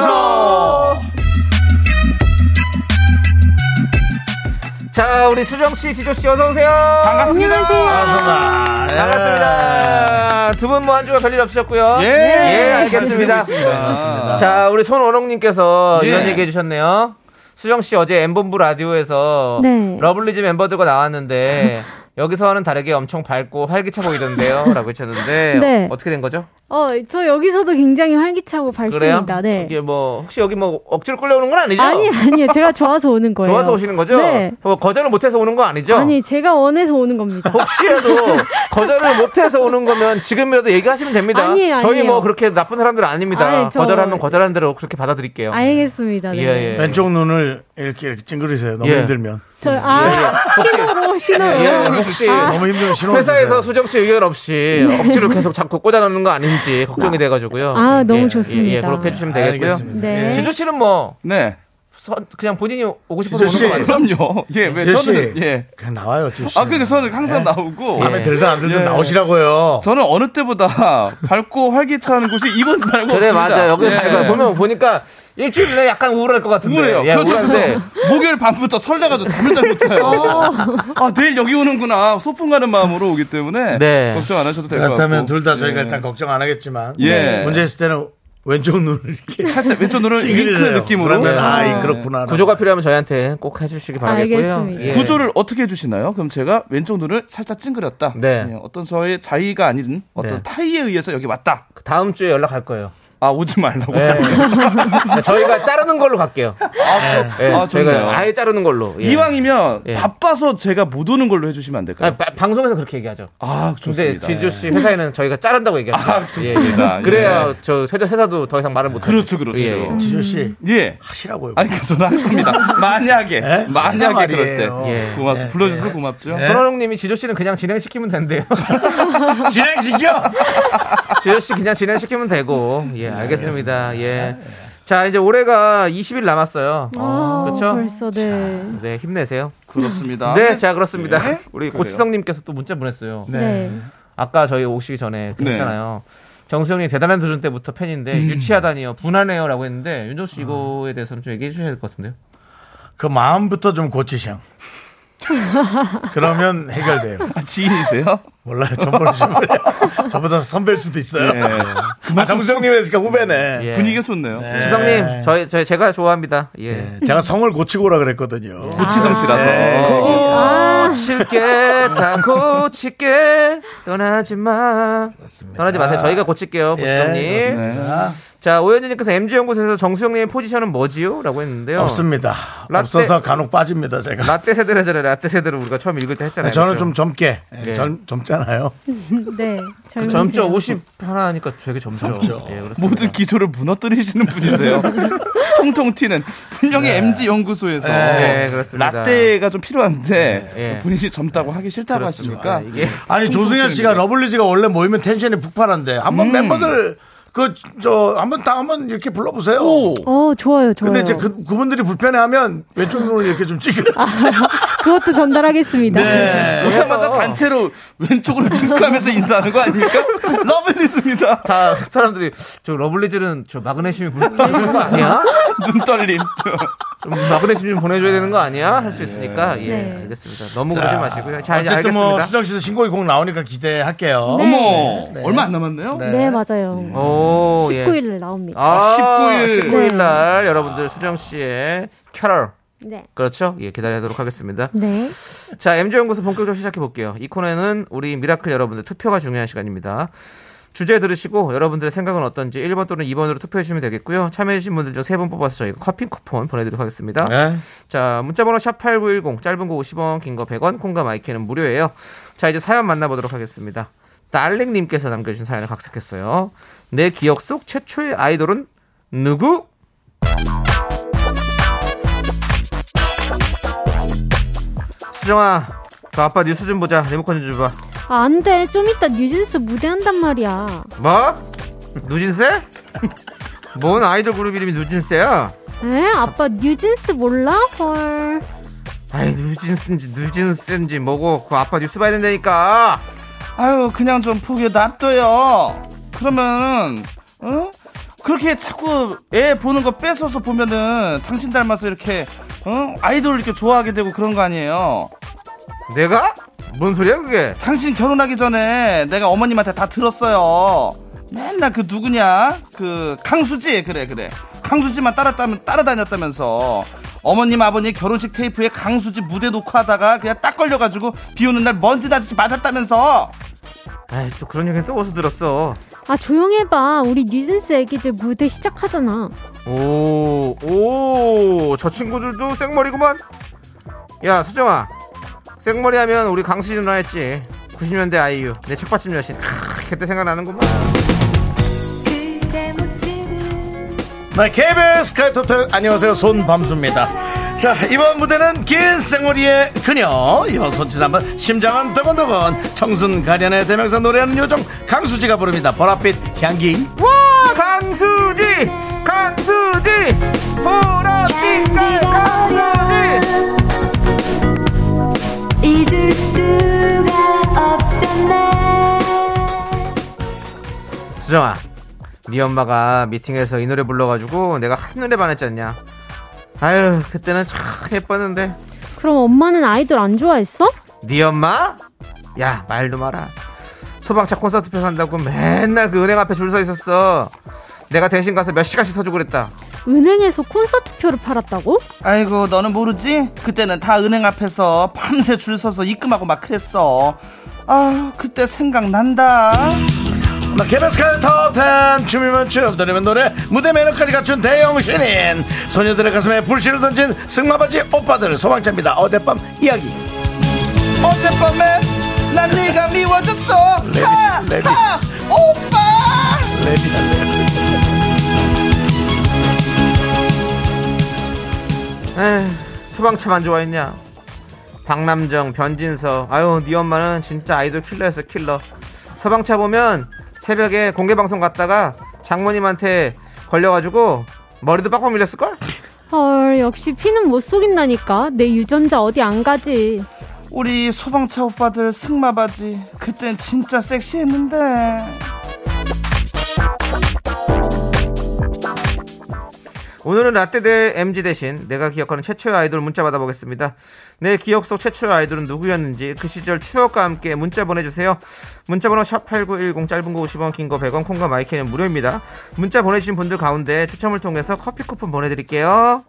B: 자, 우리 수정씨, 지조씨, 어서오세요.
D: 반갑습니다. 네.
A: 반갑습니다. 예.
B: 반갑습니다. 두 분 뭐 한 주간 별일 없으셨고요.
D: 예.
B: 예, 알겠습니다.
D: 잘 지내고 있습니다.
B: 자, 우리 손원옥님께서
D: 예.
B: 이런 얘기 해주셨네요. 수정 씨 어제 엠본부 라디오에서
G: 네.
B: 러블리즈 멤버들과 나왔는데 여기서와는 다르게 엄청 밝고 활기차 보이던데요라고 해주셨는데
G: 네.
B: 어떻게 된 거죠?
G: 어, 저 여기서도 굉장히 활기차고
B: 그래요?
G: 밝습니다. 네.
B: 이게 뭐 혹시 여기 뭐 억지로 끌려오는 건 아니죠?
G: 아니 아니요, 제가 좋아서 오는 거예요.
B: 좋아서 오시는 거죠?
G: 네.
B: 뭐 거절을 못해서 오는 거 아니죠?
G: 아니 제가 원해서 오는 겁니다.
B: 혹시라도 거절을 못해서 오는 거면 지금이라도 얘기하시면 됩니다.
G: 아니에요, 아니에요.
B: 저희 뭐 그렇게 나쁜 사람들 은 아닙니다.
G: 아니, 저-
B: 거절하면 거절한 대로 그렇게 받아들일게요.
G: 알겠습니다. 네.
B: 예, 예.
A: 왼쪽 눈을 이렇게 이렇게 찡그리세요. 너무
B: 예.
A: 힘들면.
G: 저, 아, 신호로, 신호로. 아.
B: 예, 혹시
A: 너무 힘들면 신호.
B: 회사에서 수정 씨 의견 없이 억지로 계속 자꾸 꽂아놓는 거 아닌지 걱정이 돼가지고요.
G: 아, 너무
B: 예,
G: 좋습니다.
B: 예, 예, 그렇게 해주시면 되겠고요.
A: 알겠습니다.
G: 네.
B: 지조 씨는 뭐
D: 네.
B: 선- 그냥 본인이 오고 싶어서
A: 지조 씨.
B: 오는 거
D: 그럼요. 예, 왜
A: 제시
D: 저는, 예.
A: 그냥 나와요, 제시. 네?
D: 아, 그러니까 저는 항상 나오고.
A: 마음에 들든 안 들든
D: 예.
A: 나오시라고요.
D: 저는 어느 때보다 밝고 활기찬 곳이 이번 말고
B: 맞아요. 그래
D: 없습니다.
B: 맞아. 여기
D: 예.
B: 예. 보면 보니까 일주일 내내 약간 우울할 것 같은데.
D: 우울해요.
B: 예,
D: 그렇죠.
B: 우울한데
D: 그래서 목요일 밤부터 설레가지고 잠을 잘 못 자요. 아 내일 여기 오는구나. 소풍 가는 마음으로 오기 때문에
B: 네.
D: 걱정 안 하셔도 될 것 같고.
A: 그렇다면 둘 다 저희가
D: 예.
A: 일단 걱정 안 하겠지만
D: 예.
A: 문제 있을 때는 왼쪽 눈을 이렇게
D: 살짝 왼쪽 눈을 윙크
A: 찡그리세요.
D: 느낌으로
A: 그러면 아, 이 그렇구나.
B: 구조가 필요하면 저희한테 꼭 해주시기 바라겠고요.
G: 알겠습니다.
A: 네.
B: 예.
D: 구조를 어떻게 해주시나요? 그럼 제가 왼쪽 눈을 살짝 찡그렸다.
B: 네.
D: 예, 어떤 저의 자의가 아닌 어떤
B: 네.
D: 타의에 의해서 여기 왔다.
B: 다음 주에 연락할 거예요.
D: 아 오지 말라고.
B: 예. 네, 저희가 자르는 걸로 갈게요. 예,
D: 아, 좋네요.
B: 저희가 아예 자르는 걸로. 예.
D: 이왕이면
B: 예.
D: 바빠서 제가 못 오는 걸로 해주시면 안 될까요?
B: 아니, 바- 방송에서 그렇게 얘기하죠.
D: 아
B: 근데
D: 좋습니다.
B: 지조 씨 회사에는 저희가 자른다고 얘기합니다.
D: 아, 좋습니다. 예.
B: 그래야 저 회사, 회사도 더 이상 말을 예. 못.
D: 그렇죠, 그렇죠.
A: 지조 씨
D: 예.
A: 하시라고요.
D: 아니 그 저는 할 겁니다. 만약에
A: 예? 무슨
D: 만약에 그럴 때
A: 말이에요?
B: 예.
D: 어, 고맙습니다. 불러주셔서 고맙죠.
B: 손원웅님이 지조 씨는 그냥 진행시키면 된대요.
A: 진행시켜.
B: 지조 씨 그냥 진행시키면 되고. 예,
D: 네,
B: 알겠습니다. 예. 자, 이제 올해가 20일 남았어요.
G: 아,
B: 그렇죠?
G: 벌써, 네.
B: 네, 힘내세요.
D: 그렇습니다.
B: 네, 자, 그렇습니다. 우리
D: 아, 예? 그래요.
B: 고치성님께서 또 문자 보냈어요.
G: 네.
B: 아까 저희 오시기 전에
D: 네. 음.
B: 그랬잖아요. 정수영님 대단한 도전 때부터
D: 아.
B: 팬인데 유치하다니요 분하네요라고 했는데 윤정 씨 이거에 대해서는 좀 얘기해 주셔야 될 것 같은데요.
A: 그 마음부터 좀 고치셔. 그러면 해결돼요.
D: 아, 지인이세요?
A: 몰라요. 전 모르시고요. 저보다 선배일 수도 있어요.
D: 예.
A: 아, 정성님 했으니까 후배네. 네.
B: 예.
D: 분위기가 좋네요.
B: 지성님, 저희, 저희 제가 좋아합니다. 예.
A: 제가 성을 고치고 오라 그랬거든요.
D: 고치성 씨라서.
A: 아, 예.
B: 아. 고칠게, 다 고칠게, 떠나지 마. 떠나지 마세요. 저희가 고칠게요, 고치성님.
A: 예, 그렇습니다.
B: 자, 오현진님께서 MG연구소에서 정수영님의 포지션은 뭐지요? 라고 했는데요.
A: 없습니다.
B: 라떼-
A: 없어서 간혹 빠집니다, 제가.
B: 라떼 세대라잖아요. 라떼 세대를 우리가 처음 읽을 때 했잖아요.
A: 네, 저는
B: 그렇죠?
A: 좀 젊게.
B: 예.
A: 젊, 젊잖아요.
I: 네. 젊으세요.
B: 젊죠. 50 아, 하나니까 되게 젊죠. 예, 그렇습니다.
D: 모든 기조를 무너뜨리시는 분이세요. 통통 튀는 분명히 MG 연구소에서
B: 네, 그렇습니다.
D: 어. 라떼가 좀 필요한데
B: 네.
D: 본인이 젊다고 하기 싫다고
B: 그렇습니다.
D: 하시니까
B: 이게
A: 아니, 조승현 씨가 러블리즈가 원래 모이면 텐션이 폭발한데, 한번
B: 음.
A: 멤버들, 그, 저, 한번 다 한번 이렇게 불러보세요.
I: 어, 좋아요, 좋아요.
A: 근데 이제 그, 그분들이 불편해하면 왼쪽 눈을 이렇게 좀
B: 아,
A: 찌그러지세요.
I: 그것도 전달하겠습니다.
D: 오자마자 단체로 왼쪽으로 윙크하면서 인사하는 거 아닙니까? 러블리즈입니다.
B: 다 사람들이 저 러블리즈는 저 마그네슘이 부르는 거 아니야?
D: 눈떨림.
B: 좀 마그네슘 좀 보내줘야 되는 거 아니야? 할 수 있으니까 예
I: 네.
B: 알겠습니다. 너무 그러지 마시고요. 자 이제
A: 어쨌든
B: 알겠습니다.
A: 뭐, 수정 씨도 신곡이 꼭 나오니까 기대할게요.
I: 네.
D: 어머 얼마 안 남았네요.
I: 네, 맞아요.
B: 오, 예.
I: 19일 날 아. 나옵니다.
B: 아,
D: 19일.
B: 19일 날 여러분들 수정 씨의 캐럴
I: 네.
B: 그렇죠? 예 기다리도록 하겠습니다.
I: 네.
B: 자, MZ연구소 본격적으로 시작해볼게요. 이 코너는 우리 미라클 여러분들 투표가 중요한 시간입니다. 주제 들으시고 여러분들의 생각은 어떤지 1번 또는 2번으로 투표해주시면 되겠고요. 참여해주신 분들 중 3분 뽑아서 저희가 커피 쿠폰 보내드리도록 하겠습니다.
A: 네.
B: 자, 문자번호 샵8910, 짧은 거 50원, 긴 거 100원, 콩과 마이크는 무료예요. 자, 이제 사연 만나보도록 하겠습니다. 딸랭님께서 남겨주신 사연을 각색했어요. 내 기억 속 최초의 아이돌은 누구? 수정아, 그 아빠 뉴스 좀 보자. 리모컨 좀 줘봐.
I: 아, 안 돼. 좀 이따 뉴진스 무대 한단 말이야.
B: 뭐? 누진세? 뭔 아이돌 그룹 이름이 누진세야?
I: 에? 아빠 뉴진스 몰라? 헐.
B: 아이, 누진스인지 누진스인지 뭐고 그 아빠 뉴스 봐야 된다니까.
D: 아유 그냥 좀 포기 놔둬요. 그러면은 어? 그렇게 자꾸 애 보는 거 뺏어서 보면은 당신 닮아서 이렇게 어? 아이돌 이렇게 좋아하게 되고 그런 거 아니에요.
B: 내가? 뭔 소리야 그게?
D: 당신 결혼하기 전에 내가 어머님한테 다 들었어요. 맨날 그 누구냐? 그 강수지 그래 그래. 강수지만 따라다면 따라다녔다면서 어머님 아버님 결혼식 테이프에 강수지 무대 녹화하다가 그냥 딱 걸려가지고 비오는 날 먼지 나듯이 맞았다면서.
B: 아이 또 그런 얘기는 또 어디서 들었어?
I: 아, 조용해봐. 우리 뉴진스 애기들 무대 시작하잖아.
B: 오, 오, 저 친구들도 생머리구만. 야 수정아, 생머리 하면 우리 강수지 누나 했지. 90년대 아이유 내 책받침 여신. 크, 그때 생각나는구만.
G: 그대 모습은
A: 네, KBS 스카이토텔 안녕하세요 손밤수입니다 자 이번 무대는 긴 생머리의 그녀 이번 손짓 한번 심장은 더건더건 청순 가련의 대명사 노래하는 요정 강수지가 부릅니다 보랏빛 향기
B: 와 강수지, 강수지, 보랏빛 갈 강수지.
G: 잊을 수가 없었네
B: 수정아, 네 엄마가 미팅에서 이 노래 불러가지고 내가 한눈에 반했지 않냐? 아유, 그때는 참 예뻤는데.
I: 그럼 엄마는 아이돌 안 좋아했어?
B: 네 엄마? 야, 말도 마라. 소방차 콘서트표 산다고 맨날 그 은행 앞에 줄 서 있었어. 내가 대신 가서 몇 시간씩 서주고 그랬다.
I: 은행에서 콘서트표를 팔았다고?
D: 아이고 너는 모르지? 그때는 다 은행 앞에서 밤새 줄 서서 입금하고 막 그랬어. 아 그때 생각난다.
A: 네, KBS 스카이토텔 춤이면 춤 노래면 노래 무대 매너까지 갖춘 대형 신인 소녀들의 가슴에 불씨를 던진 승마바지 오빠들 소방차입니다 어젯밤 이야기
D: 어젯밤에 난 네가 미워졌어.
A: 레디,
D: 하,
A: 레디.
D: 하, 오빠.
A: 랩이다 랩
B: 에휴, 소방차만 좋아했냐? 박남정, 변진서. 아유, 네 엄마는 진짜 아이돌 킬러였어, 킬러. 소방차 보면 새벽에 공개방송 갔다가 장모님한테 걸려가지고 머리도 빡빡 밀렸을걸?
I: 헐, 역시 피는 못 속인다니까. 내 유전자 어디 안 가지.
D: 우리 소방차 오빠들 승마 바지 그땐 진짜 섹시했는데.
B: 오늘은 라떼 대 MG 대신 내가 기억하는 최초의 아이돌 문자 받아보겠습니다. 내 기억 속 최초의 아이돌은 누구였는지 그 시절 추억과 함께 문자 보내주세요. 문자번호 샵8910 짧은 거 50원 긴 거 100원 콩과 마이크는 무료입니다. 문자 보내주신 분들 가운데 추첨을 통해서 커피 쿠폰 보내드릴게요.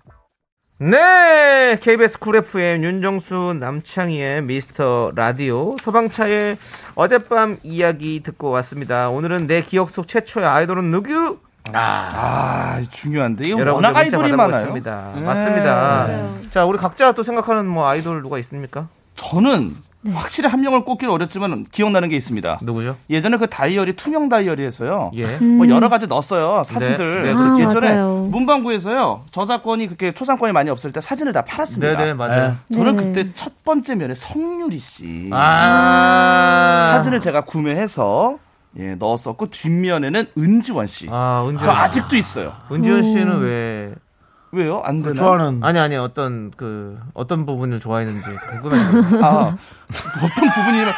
B: 네, KBS 쿨 FM 윤정수 남창희의 미스터 라디오 소방차의 어젯밤 이야기 듣고 왔습니다. 오늘은 내 기억 속 최초의 아이돌은 누구?
D: 아, 중요한데 이거
B: 여러분들
D: 워낙
B: 문자
D: 아이돌이 많아요.
B: 받아보겠습니다.
D: 네.
B: 맞습니다. 자, 우리 각자 또 생각하는 뭐 아이돌 누가 있습니까?
D: 저는 확실히 한 명을 꼽기는 어렵지만 기억나는 게 있습니다.
B: 누구죠?
D: 예전에 그 다이어리 투명 다이어리에서요.
B: 예.
D: 뭐
B: 음.
D: 여러 가지 넣었어요 사진들.
B: 네, 네, 그렇죠. 아,
D: 예전에
B: 맞아요.
D: 문방구에서요 저작권이 그렇게 초상권이 많이 없을 때 사진을 다 팔았습니다.
B: 네, 네, 맞아요.
D: 예. 저는
B: 네.
D: 그때 첫 번째 면에 성유리 씨
B: 아.
D: 사진을 제가 구매해서 예, 넣었었고 뒷면에는 은지원 씨.
B: 은지원 씨.
D: 저 아직도 있어요.
B: 은지원 씨는 왜
D: 왜요? 안 되나?
B: 아니 아니 어떤 그 어떤 부분을 좋아했는지 궁금해요.
D: 아, 어떤 부분이라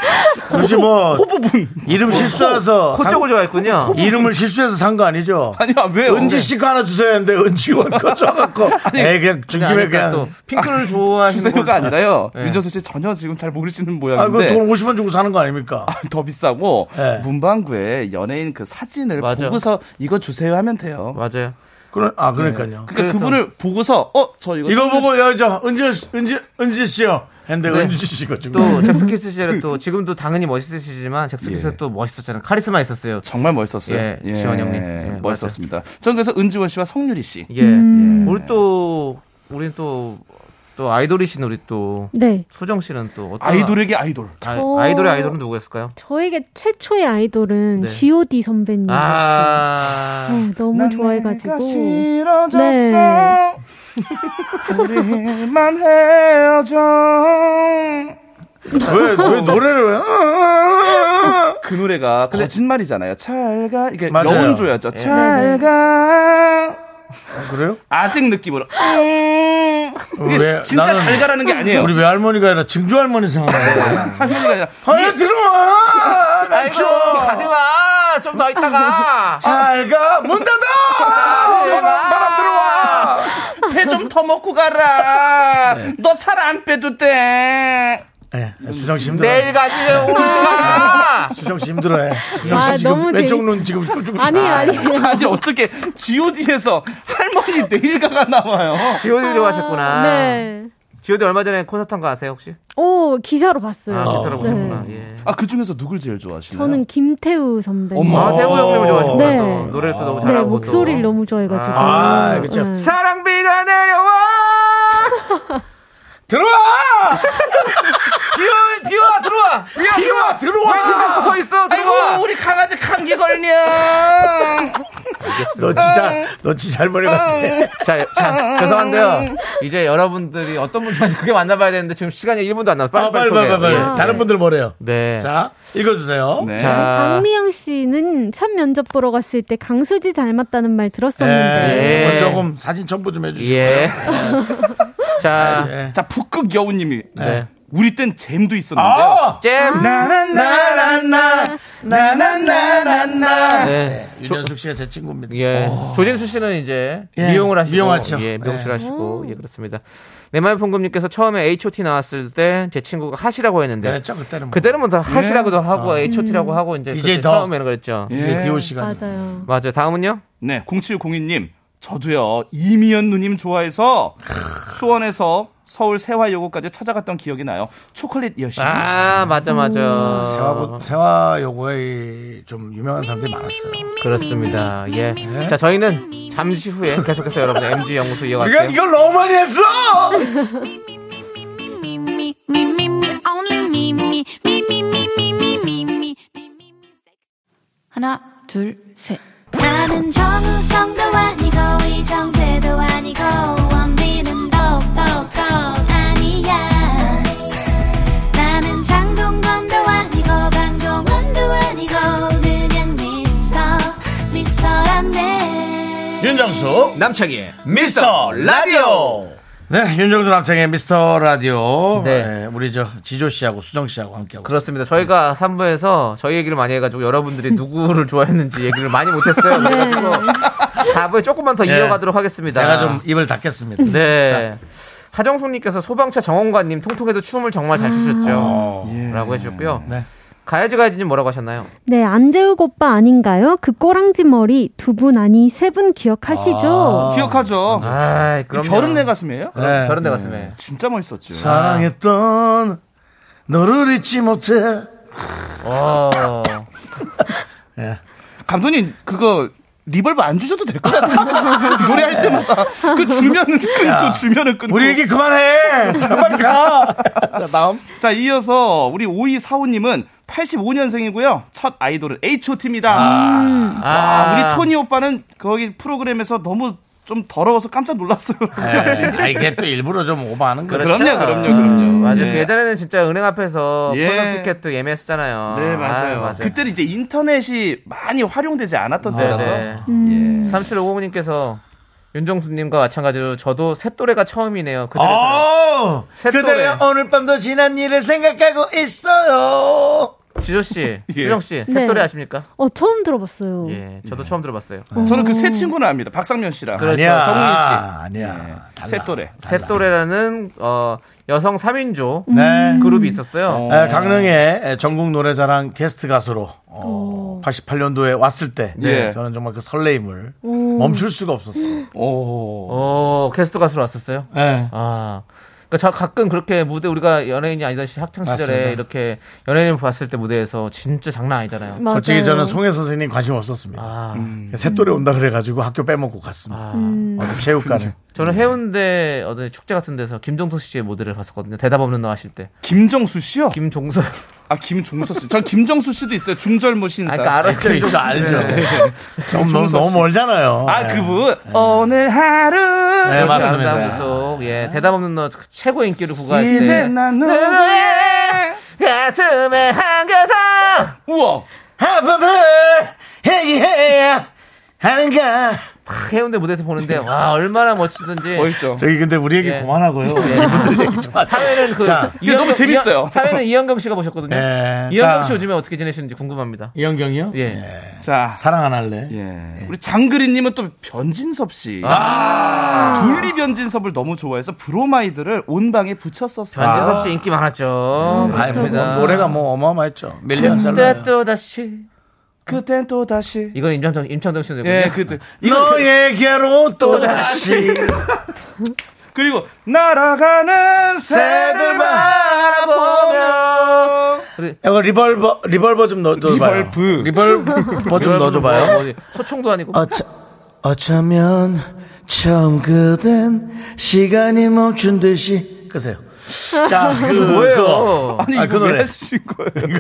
A: 혹시 뭐
D: 부분
A: 이름 실수해서
B: 코, 코 쪽을 좋아했군요.
A: 이름을 실수해서 산 거 아니죠?
D: 아니야 왜요? 네,
A: 은지 씨거 하나 주세요 했는데 은지원 거 줘갖고 에이 그냥 준
B: 아니,
A: 김에
B: 그러니까
A: 그냥
B: 또 핑크를 좋아하시는
D: 주세요가
B: 걸-
D: 아니라요.
B: 예.
D: 윤정수 씨 전혀 지금 잘 모르시는
A: 아,
D: 모양인데
A: 그돈 50원 주고 사는 거 아닙니까?
D: 더 비싸고
A: 예.
D: 문방구에 연예인 그 사진을
B: 맞아.
D: 보고서 이거 주세요 하면 돼요.
B: 맞아요.
A: 그러, 아, 그러니까요.
D: 그러니까 그분을 보고서 어 저 이거
A: 이거
D: 사진-
A: 보고, 야, 저, 은지, 은지, 네. 은지 씨요. 했는데
B: 네.
A: 은지 씨가 지금.
B: 또 잭스키스 시절에 또 지금도 당연히 멋있으시지만 잭스키스
D: 예.
B: 또 멋있었잖아요. 카리스마 있었어요.
D: 정말 멋있었어요.
B: 예, 지원 형님. 예, 맞아요.
D: 멋있었습니다. 전 그래서 은지원 씨와 성유리 씨.
B: 예.
I: 음.
B: 우리 또 우리 또또 아이돌이신 우리 또
I: 네.
B: 수정 씨는 또 어떤
D: 아이돌에게 아이돌.
B: 아,
I: 저-
B: 아이돌의 아이돌은 누구였을까요?
I: 저에게 최초의 아이돌은
B: 네.
I: G.O.D 선배님.
B: 아.
I: 네, 너무 좋아해가지고.
D: 싫어졌어.
I: 네.
D: 우리만 헤어져.
A: 왜, 왜 노래를 왜?
D: 그 노래가 거짓말이잖아요. 잘가 이게
A: 맞아요. 네,
D: 여운 줘야죠.
B: 예.
D: 잘가
A: 아, 그래요? 어,
D: 아직 느낌으로 이게
A: 왜?
D: 진짜
A: 나는 음,
D: 잘가라는 게 아니에요.
A: 우리 외할머니가 아니라 증조 할머니 생각나요.
D: 할머니가 아니라
A: 아야 들어와. 나
B: 아이고 가지 마. 좀 더 있다가.
A: 잘가 문 닫아. 바람, 바람
B: 아,
A: 들어와.
D: 배 좀 더 먹고 가라.
A: 네.
D: 너 살 안 빼도 돼.
A: 예, 수정 씨 힘들어.
B: 내일 가지 왜 오늘 가.
A: 수정 씨 힘들어해. 수정 씨
I: 아,
A: 지금
I: 너무
A: 왼쪽
I: 재밌어.
A: 눈 지금 뚫고
I: 아니 아니.
D: 아니 네. 어떻게 G.O.D에서 할머니 내일가가 나와요.
B: 지오디 좋아하셨구나.
I: 네.
B: 지오디 얼마 전에 콘서트 한 거 아세요 혹시?
I: 오 기사로 봤어요.
B: 아 기사를
I: 네.
B: 보셨구나. 예.
D: 아 그 중에서 누굴 제일 좋아하시나요?
I: 저는 김태우 선배.
D: 어머.
B: 아 대우 형님을 좋아하셨구나.
I: 네.
B: 또. 노래를 또 너무
I: 네
B: 잘하고
I: 목소리를
B: 또.
I: 너무 좋아해가지고.
A: 아, 그쵸.
I: 네.
B: 사랑비가 내려와.
A: 들어와.
B: 비와 비와 들어와. 비와
A: 비와 들어와.
B: 서 있어 들어와.
D: 우리 강아지 감기 걸려.
A: 너
I: 네.
A: 진짜 너 진짜 할머니 같아. 음,
B: 자, 자, 죄송한데요. 이제 여러분들이 어떤 분인지 그게 만나봐야 되는데 지금 시간이 1분도 안 남았어요.
A: 아, 빨리 빨리 빨리 빨리. 다른 분들 뭐래요?
B: 네.
A: 네. 자 읽어주세요.
D: 네.
B: 자,
I: 박미영 씨는 첫 면접 보러 갔을 때 강수지 닮았다는 말 들었었는데.
A: 예.
B: 예.
A: 이건 조금 사진 첨부 좀 해주시고.
B: 예. 자,
A: 예.
D: 자 북극 여우님이
B: 네.
D: 우리 땐 잼도 있었는데. 요
A: 아!
B: 잼.
A: 나나나나 나나나나나.
B: 네.
A: 네, 윤현숙 씨가 제 친구입니다.
B: 예. 조진수 씨는 이제
A: 어. 예,
B: 미용을 하시고
A: 미용하죠.
B: 예, 미용실
A: 예.
B: 하시고 예, 그렇습니다. 내말풍금님께서 처음에 H.O.T 나왔을 때 제 친구가 하시라고 했는데
A: 그랬죠 그때는. 뭐.
B: 그때는 뭐다 하시라고도 하고
A: 아.
B: H.O.T라고 하고 이제
A: DJ
B: 그때
A: 음. 더. 예.
B: 처음에는 그랬죠.
A: 이제 디오 씨가
I: 맞아요.
B: 맞아요. 다음은요?
D: 네, 0702님. 저도요, 이미연 누님 좋아해서 수원에서 서울 세화여고까지 찾아갔던 기억이 나요. 초콜릿 여신.
B: 아, 맞아 맞아.
A: 음, 세화 세화 요거에 좀 유명한 사람들이 많았어요.
B: 그렇습니다. 예. 자, 저희는 잠시 후에 계속해서 여러분 MG 연구소
A: 우리가
B: 이어갈게요.
A: 그러니까 이걸 너무 많이 했어.
F: Me, me, me, me, me, only me, me, me, me, me, me, me, me, me, me, me.
J: 하나, 둘, 셋.
G: 나는 정우성도 아니고 이정재도 아니고 원빈은 더욱더 아니야 나는 장동건도 아니고 강동원도 아니고 그냥 미스터 미스터란데
A: 윤정수 남창희 미스터 라디오. 네, 윤정수 남창의 미스터 라디오. 네, 우리 저 지조 씨하고 수정 씨하고 함께하고.
B: 그렇습니다. 저희가 3부에서 저희 얘기를 많이 해가지고 여러분들이 누구를 좋아했는지 얘기를 많이 못했어요. 그래서 4부에 조금만 더
A: 네.
B: 이어가도록 하겠습니다.
A: 제가 좀 입을 닫겠습니다.
B: 네. 하정숙님께서 소방차 정원관님 통통해도 춤을 정말 잘 추셨죠.
D: 예.
B: 라고 해주셨고요.
D: 네.
B: 가야지 가야지님 뭐라고 하셨나요?
I: 네, 안재욱 오빠 아닌가요? 그 꼬랑지 머리 두 분 아니 세 분 기억하시죠?
D: 기억하죠.
B: 아, 어. 그럼요.
D: 결은 내 가슴이에요?
A: 그럼 네. 결은 내
B: 가슴에.
D: 진짜 멋있었죠.
A: 사랑했던 너를 잊지 못해.
B: 어.
D: 감독님 그거 리벌브 안 주셔도 될 것 같습니다. 노래할 때마다 그 주면은 끊고
A: 야.
D: 주면은 끊고.
A: 우리 얘기 그만해. 제발 가.
D: 자 다음. 자 이어서 우리 5245님은 85년생이고요. 첫 아이돌은 H.O.T.입니다.
B: 아.
D: 우리 토니 오빠는 거기 프로그램에서 너무 좀 더러워서 깜짝 놀랐어요.
A: 네. 아, 이게 또 일부러 좀 오버하는 거죠.
D: 그럼요, 그럼요, 그럼요.
B: 아. 맞아요.
D: 예.
B: 그 예전에는 진짜 은행 앞에서
D: 예.
B: 콘서트 티켓도 예매했잖아요.
D: 네 맞아요.
B: 아,
D: 그때는 이제 인터넷이 많이 활용되지 않았던
B: 네,
D: 때라서.
B: 네. 3750님께서 윤정수님과 마찬가지로 저도 새또래가 처음이네요. 그들에서
D: 아!
A: 어,
B: 새또래.
A: 그대의 오늘 밤도 지난 일을 생각하고 있어요.
B: 지조 씨,
D: 예.
B: 수정 씨,
I: 네.
B: 새또래 아십니까?
I: 어, 처음 들어봤어요.
B: 예,
D: 네.
B: 저도 처음 들어봤어요.
D: 저는 그 새 친구는 압니다. 박상면 씨랑
A: 그렇죠. 아니야.
D: 정훈이 씨.
A: 아니야. 네, 달라.
D: 새 또래.
B: 새또래라는 어, 여성 3인조
A: 네.
B: 그룹이 있었어요.
A: 에, 강릉에 전국 노래자랑 게스트 가수로 어, 88년도에 왔을 때
D: 예.
A: 저는 정말 그 설레임을
I: 오. 음.
A: 멈출 수가 없었어요.
D: 오.
B: 어, 게스트 가수로 왔었어요.
A: 네.
B: 아. 그러니까 저 가끔 그렇게 무대 우리가 연예인이 아니던 시 학창
A: 맞습니다.
B: 시절에 이렇게 연예인을 봤을 때 무대에서 진짜 장난 아니잖아요.
I: 맞아요.
A: 솔직히 저는 송혜 선생님 관심 없었습니다. 음.
B: 아.
A: 새또래 온다 그래가지고 학교 빼먹고 갔습니다.
B: 아.
I: 음.
A: 어, 체육관에.
B: 저는 해운대 어떤 축제 같은 데서 김종서 씨의 모델을 봤었거든요. 대답 없는 너 하실 때.
D: 김정수 씨요?
B: 김종서.
D: 아 김종서 씨. 전 김정수 씨도 있어요. 중절모 신사.
B: 아, 그러니까 알았죠.
A: 그렇죠,
B: 김종서
A: 알죠.
B: 씨. 네.
A: 너무, 너무, 너무 멀잖아요.
D: 아
A: 네.
D: 그분 오늘 하루
B: 그렇죠.
A: 네, 맞습니다.
B: 아름다운 속, 예, 대답 없는 너그 최고 인기를 구가할 때.
D: 이제 난
B: 네.
D: 누구의
B: 가슴에 한겨서
D: 우와
A: 하품을 해야 하는가.
B: 해운대 무대에서 보는데 와 얼마나 멋지던지.
D: 멋있죠.
A: 저기 근데 우리 얘기
B: 예.
A: 그만하고요. 이분들 얘기 좀 하세요.
B: 사회는 그
A: 자.
D: 이게 너무 재밌어요.
B: 이현- 사회는 이현경 씨가 보셨거든요.
A: 예,
B: 이현경
A: 자.
B: 씨 요즘에 어떻게 지내시는지 궁금합니다.
A: 이현경이요?
B: 예.
D: 자
A: 사랑 안 할래?
D: 예. 우리 장그린님은 또 변진섭 씨. 둘리 변진섭을 너무 좋아해서 브로마이드를 온 방에 붙였었어요.
B: 안재섭 씨 인기 많았죠.
A: 아이, 뭐,
B: 맞습니다.
A: 노래가 뭐 어마어마했죠. 밀리언
B: 그때
A: 셀러.
B: 또 다시
D: 그땐 또 다시.
B: 이건 임창정 임창정 네, 씨 노래군요.
D: 예, 그때.
A: 너에게로 또다시
D: 그리고 날아가는 새들
A: 새들
D: 바라보며
A: 이거 리벌버 리벌버 좀 넣어 줘봐요.
D: 리벌브.
A: 리벌버 좀 넣어
B: 뭐
A: 줘봐요.
B: 어디 소총도 아니고
A: 어차, 어쩌면 처음 그댄 시간이 멈춘 듯이 끄세요. 자, 그
B: 뭐예요?
A: 그거.
D: 아니
A: 아,
D: 이거
A: 그 노래.
D: 왜 하신 거예요?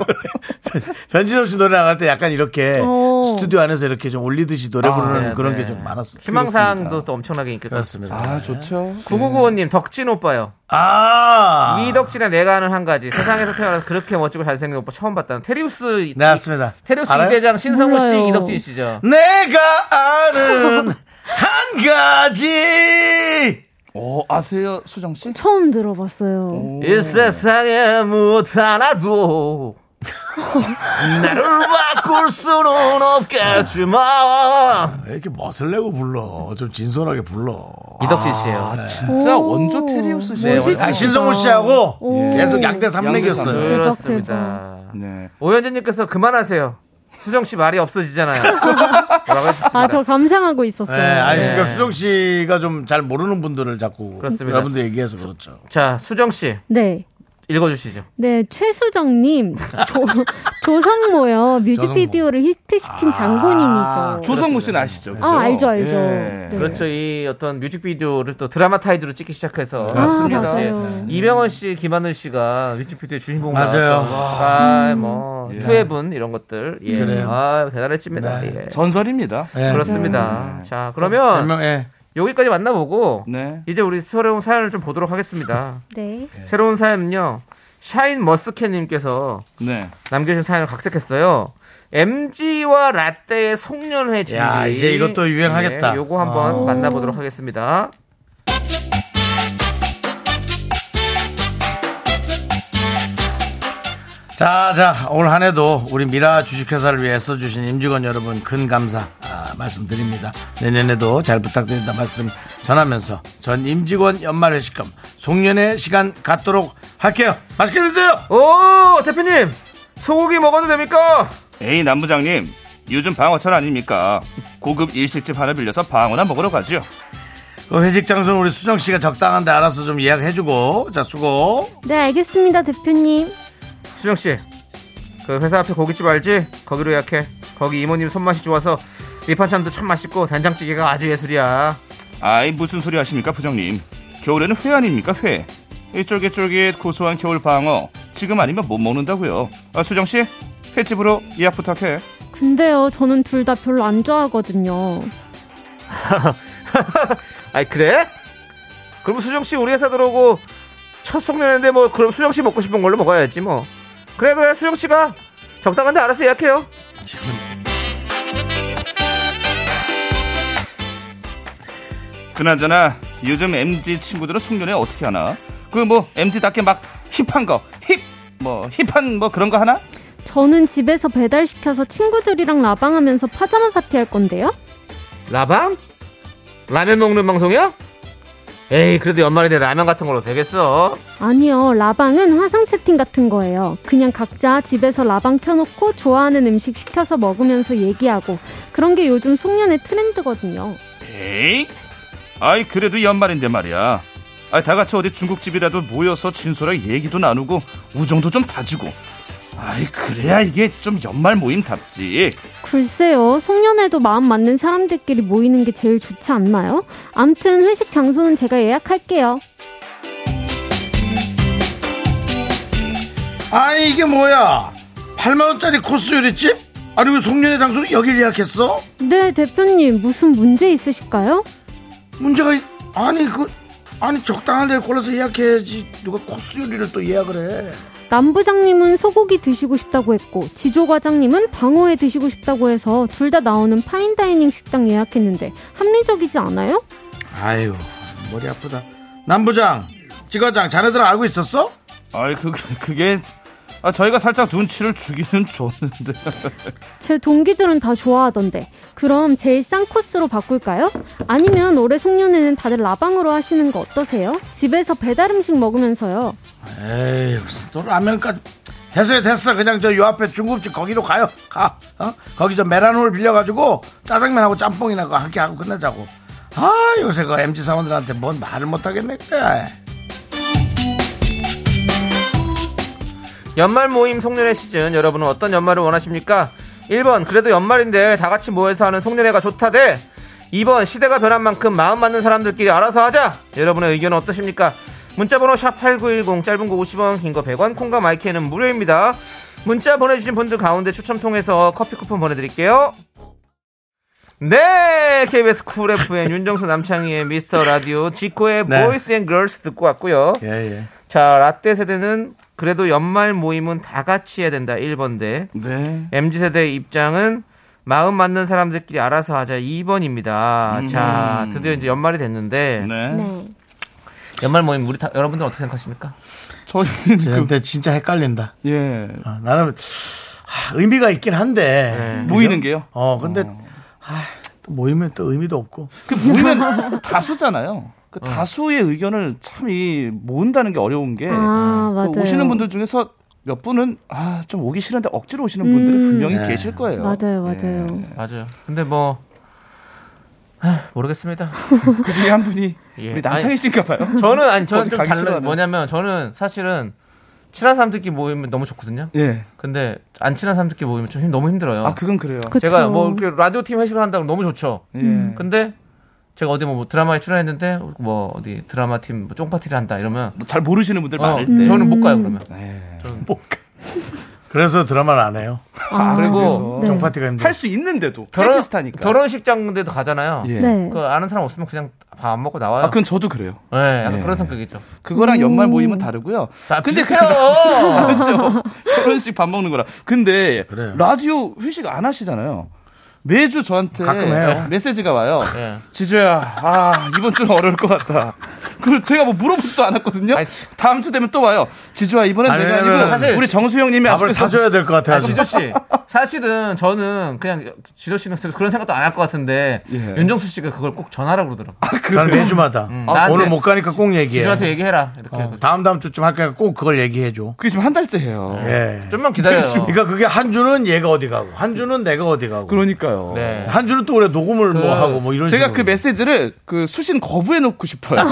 A: 변진섭 씨 노래 나갈 때 약간 이렇게
I: 오.
A: 스튜디오 안에서 이렇게 좀 올리듯이 노래 부르는
B: 네,
A: 그런
B: 네.
A: 게 좀 많았어요.
B: 희망사항도 또 엄청나게 인기
A: 그렇습니다.
D: 아 좋죠.
B: 9995님 덕진 오빠요.
A: 아,
B: 이덕진의 내가 아는 한 가지. 세상에서 태어나서 그렇게 멋지고 잘생긴 오빠 처음 봤다는 테리우스 이-
A: 네, 맞습니다.
B: 테리우스
A: 알아요?
B: 이대장 신성우
I: 몰라요.
B: 씨 이덕진 씨죠.
A: 내가 아는 한 가지.
D: 오 어, 아세요 수정 씨?
I: 처음 들어봤어요.
B: 이 세상에 무엇 하나도 나를 바꿀 수는 없겠지만
A: 아, 왜 이렇게 멋을 내고 불러? 좀 진솔하게 불러. 네.
B: 이덕진 씨예요.
D: 진짜
I: 오.
D: 원조 테리우스 씨.
B: 네,
I: 멋있습니다.
A: 아, 신성호 씨하고
I: 오.
A: 계속 양대
I: 네,
A: 삼맥이었어요.
B: 그렇습니다.
D: 네.
B: 아, 오현진님께서 그만하세요. 수정 씨 말이 없어지잖아요. 뭐라고 했습니다.
I: 아, 저 감상하고 있었어요.
A: 네, 아니
B: 네.
A: 그러니까 수정 씨가 좀 잘 모르는 분들을 자꾸
B: 그렇습니다.
A: 여러분들 얘기해서 그렇죠.
B: 자 수정 씨
I: 네.
B: 읽어주시죠.
I: 네, 최수정님, 조, 조성모요. 뮤직비디오를 히트시킨 장본인이죠.
D: 조성모 씨는 아시죠? 그죠?
I: 아, 알죠, 알죠.
D: 예.
I: 네.
B: 그렇죠. 이 어떤 뮤직비디오를 또 드라마 타이드로 찍기 시작해서
I: 아, 맞습니다.
B: 이제
I: 맞아요.
B: 음. 이병헌 씨, 김하늘 씨가 뮤직비디오의 주인공
A: 맞아요. 예.
B: 나왔던 아, 뭐 투애분 이런 것들 예.
A: 그래요.
B: 아, 대단했습니다. 예.
D: 전설입니다.
A: 네.
B: 그렇습니다. 자,
A: 몇
B: 그러면
A: 명, 예.
B: 여기까지 만나보고
D: 네.
B: 이제 우리 새로운 사연을 좀 보도록 하겠습니다.
I: 네.
B: 새로운 사연은요. 샤인 머스캣님께서
D: 네.
B: 남겨주신 사연을 각색했어요. MG와 라떼의 송년회 예, 진리.
A: 야, 이제 이것도 유행하겠다.
B: 네, 요거 한번
A: 어.
B: 만나보도록 하겠습니다.
A: 자, 자, 올 한 해도 우리 미라 주식회사를 위해 써주신 임직원 여러분 큰 감사 아, 말씀드립니다. 내년에도 잘 부탁드린다 말씀 전하면서 전 임직원 연말회식금 송년회 시간 갖도록 할게요. 맛있게 드세요!
B: 오, 대표님! 소고기 먹어도 됩니까?
K: 에이 남부장님 요즘 방어철 아닙니까 고급 일식집 하나 빌려서 방어나 먹으러 가죠
A: 그 회식 장소는 우리 수정씨가 적당한데 알아서 좀
B: 어,
A: 예약해주고. 자, 수고.
I: 네, 알겠습니다, 대표님.
B: 수정 씨, 그 회사 앞에 고깃집 알지? 거기로 예약해. 거기 이모님 손맛이 좋아서 밑반찬도 참 맛있고 된장찌개가 아주 예술이야.
K: 아이 무슨 소리 하십니까 부장님 겨울에는 회 아닙니까 회 이 쫄깃쫄깃 고소한 겨울 방어 지금 아니면 못 먹는다고요 아, 수정씨 횟집으로 예약 부탁해
I: 근데요, 저는 둘 다 별로 안 좋아하거든요.
B: 아이 그래? 그럼 수정 씨 우리 회사 들어오고 첫 송년회인데 뭐 그럼 수정 씨 먹고 싶은 걸로 먹어야지 뭐. 그래 그래 수정 씨가 적당한데 알아서 예약해요.
K: 그나저나 요즘 MZ 친구들은 송년회 어떻게 하나 그 뭐 MZ답게 막 힙한 거힙뭐 힙한 뭐 그런 거 하나
I: 저는 집에서 배달시켜서 친구들이랑 라방하면서 파자마 파티할 건데요.
B: 라방? 라면 먹는 방송이야? 에이 그래도 연말인데 라면 같은 걸로 되겠어?
I: 아니요, 라방은 화상 채팅 같은 거예요. 그냥 각자 집에서 라방 켜놓고 좋아하는 음식 시켜서 먹으면서 얘기하고 그런 게 요즘 송년회 트렌드거든요.
K: 에이 아이 그래도 연말인데 말이야 아이 다 같이 어디 중국집이라도 모여서 진솔하게 얘기도 나누고 우정도 좀 다지고 아이 그래야 이게 좀 연말 모임답지
I: 글쎄요, 송년회도 마음 맞는 사람들끼리 모이는 게 제일 좋지 않나요? 암튼 회식 장소는 제가 예약할게요.
A: 아니, 이게 뭐야? 8만원짜리 코스 요리집? 아니, 왜 송년회 장소를 여길 예약했어?
I: 네, 대표님, 무슨 문제 있으실까요?
A: 문제가, 있- 아니, 그, 아니, 적당한 데 골라서 예약해야지. 누가 코스 요리를 또 예약을 해.
I: 남부장님은 소고기 드시고 싶다고 했고 지조과장님은 방어회 드시고 싶다고 해서 둘 다 나오는 파인다이닝 식당 예약했는데 합리적이지 않아요?
A: 아유, 머리 아프다. 남부장, 지과장, 자네들 은 알고 있었어?
K: 아이 그 그게 아 저희가 살짝 눈치를 주기는 줬는데
I: 제 동기들은 다 좋아하던데 그럼 제일 싼 코스로 바꿀까요? 아니면 올해 송년회는 다들 라방으로 하시는 거 어떠세요? 집에서 배달 음식 먹으면서요.
A: 에이, 무슨 또 라면까지. 됐어요, 됐어. 그냥 저 요 앞에 중국집 거기로 가요. 가. 어? 거기 저 메라노를 빌려가지고 짜장면하고 짬뽕이나 그거 함께 하고 끝내자고. 아, 요새 그 MZ 사원들한테 뭔 말을 못하겠네, 그래.
B: 연말 모임 송년회 시즌 여러분은 어떤 연말을 원하십니까? 1번 그래도 연말인데 다 같이 모여서 하는 송년회가 좋다 대 2번 시대가 변한 만큼 마음 맞는 사람들끼리 알아서 하자 여러분의 의견은 어떠십니까? 문자번호 샵8910 짧은 거 50원 긴 거 100원 콩과 마이크는 무료입니다 문자 보내주신 분들 가운데 추첨 통해서 커피 쿠폰 보내드릴게요 네 KBS 쿨 FM 윤정수 남창희의 미스터 라디오 지코의
A: 네.
B: 보이스 앤 걸스 듣고 왔고요
A: 예, 예.
B: 자, 라떼 세대는 그래도 연말 모임은 다 같이 해야 된다. 1번대.
K: 네.
B: MZ 세대의 입장은 마음 맞는 사람들끼리 알아서 하자. 2번입니다.
K: 음.
B: 자, 드디어 이제 연말이 됐는데.
I: 네.
B: 연말 모임 우리 다, 여러분들 은 어떻게 생각하십니까?
A: 저희는 그... 진짜 헷갈린다. 어,
K: 예.
A: 나는 하, 의미가 있긴 한데
B: 네.
K: 모이는
A: 게요. 어, 근데 아, 또 모이면 또 의미도 없고.
K: 모이면 다수잖아요. 그
D: 어.
K: 다수의 의견을 참 이 모은다는 게 어려운 게
I: 아,
K: 그
I: 맞아요.
K: 오시는 분들 중에서 몇 분은 아 좀 오기 싫은데 억지로 오시는
I: 음.
K: 분들이 분명히
I: 네.
K: 계실 거예요.
I: 맞아요, 맞아요.
B: 맞아요. 근데 뭐 아, 모르겠습니다. 예.
K: 그 중에 한 분이
D: 예.
K: 우리 남창희 씨인가 봐요.
B: 저는 아니 저는
K: 어디
B: 좀
K: 가기
B: 달라
K: 싫어하는.
B: 뭐냐면 저는 사실은 친한 사람들끼리 모이면 너무 좋거든요.
K: 예.
B: 근데 안 친한 사람들끼리 모이면 좀 힘- 너무 힘들어요.
K: 아, 그건 그래요. 그쵸.
B: 제가 뭐 이렇게 라디오 팀 회식을 한다고 너무 좋죠.
K: 예.
B: 근데 제가 어디 뭐 드라마에 출연했는데 뭐 어디 드라마 팀뭐 쫑파티를 한다 이러면
K: 잘 모르시는 분들
B: 어?
K: 많을
A: 때.
B: 저는 못 가요
K: 음.
B: 그러면.
K: 그러니까.
A: 저는 못 가. 그래서 드라마를 안 해요.
B: 아, 그리고
A: 종 파티가 힘들어.
K: 할 수 있는데도
B: 결혼
K: 헬기스타니까.
B: 결혼식장인데도 가잖아요.
K: 예. 네.
B: 그 아는 사람 없으면 그냥 밥 안 먹고 나와요.
K: 아, 그건 저도 그래요.
B: 예, 약간
K: 예.
B: 그런 성격이죠.
D: 음.
K: 그거랑 연말 모임은 다르고요. 근데
B: 비슷해요.
K: 그렇죠. 결혼식 밥 먹는 거라. 근데 라디오 회식 안 하시잖아요. 매주 저한테
A: 가끔 해요.
K: 메시지가 와요.
B: 예.
K: 지조야, 아 이번 주는 어려울 것 같다.
D: 그걸 제가 뭐 물어보지도 않았거든요. 다음 주 되면 또 와요. 지주아 이번엔
A: 아니,
D: 내가
A: 아니, 아, 아니,
D: 아니고
A: 사실-
D: 우리 정수 형님이
A: 밥을
D: 네. 앞에서-
A: 사줘야 될 것 같아요,
B: 아, 지조 씨. 사실은 저는 그냥 지조 씨는 그런 생각도 안 할 것 같은데
K: 예.
B: 윤정수 씨가 그걸 꼭 전하라고 그러더라고.
K: 아,
A: 저는 매주마다 아, 오늘 못 가니까 꼭 얘기해.
B: 지조한테 얘기해라.
K: 아.
B: 이렇게.
A: 어, 다음 다음 주쯤 할 거니까 꼭 그걸 얘기해 줘.
D: 그게 지금 한 달째 해요.
A: 예.
B: 좀만 기다려요.
A: 그러니까 그게 한 주는 얘가 어디 가고 한 주는 내가 어디 가고.
D: 그러니까요.
B: 네.
K: 아,
A: 한 주는 또 우리 녹음을
D: 그
A: 뭐 하고 뭐 이런
D: 제가
A: 식으로.
D: 그 메시지를 그 수신 거부해 놓고 싶어요.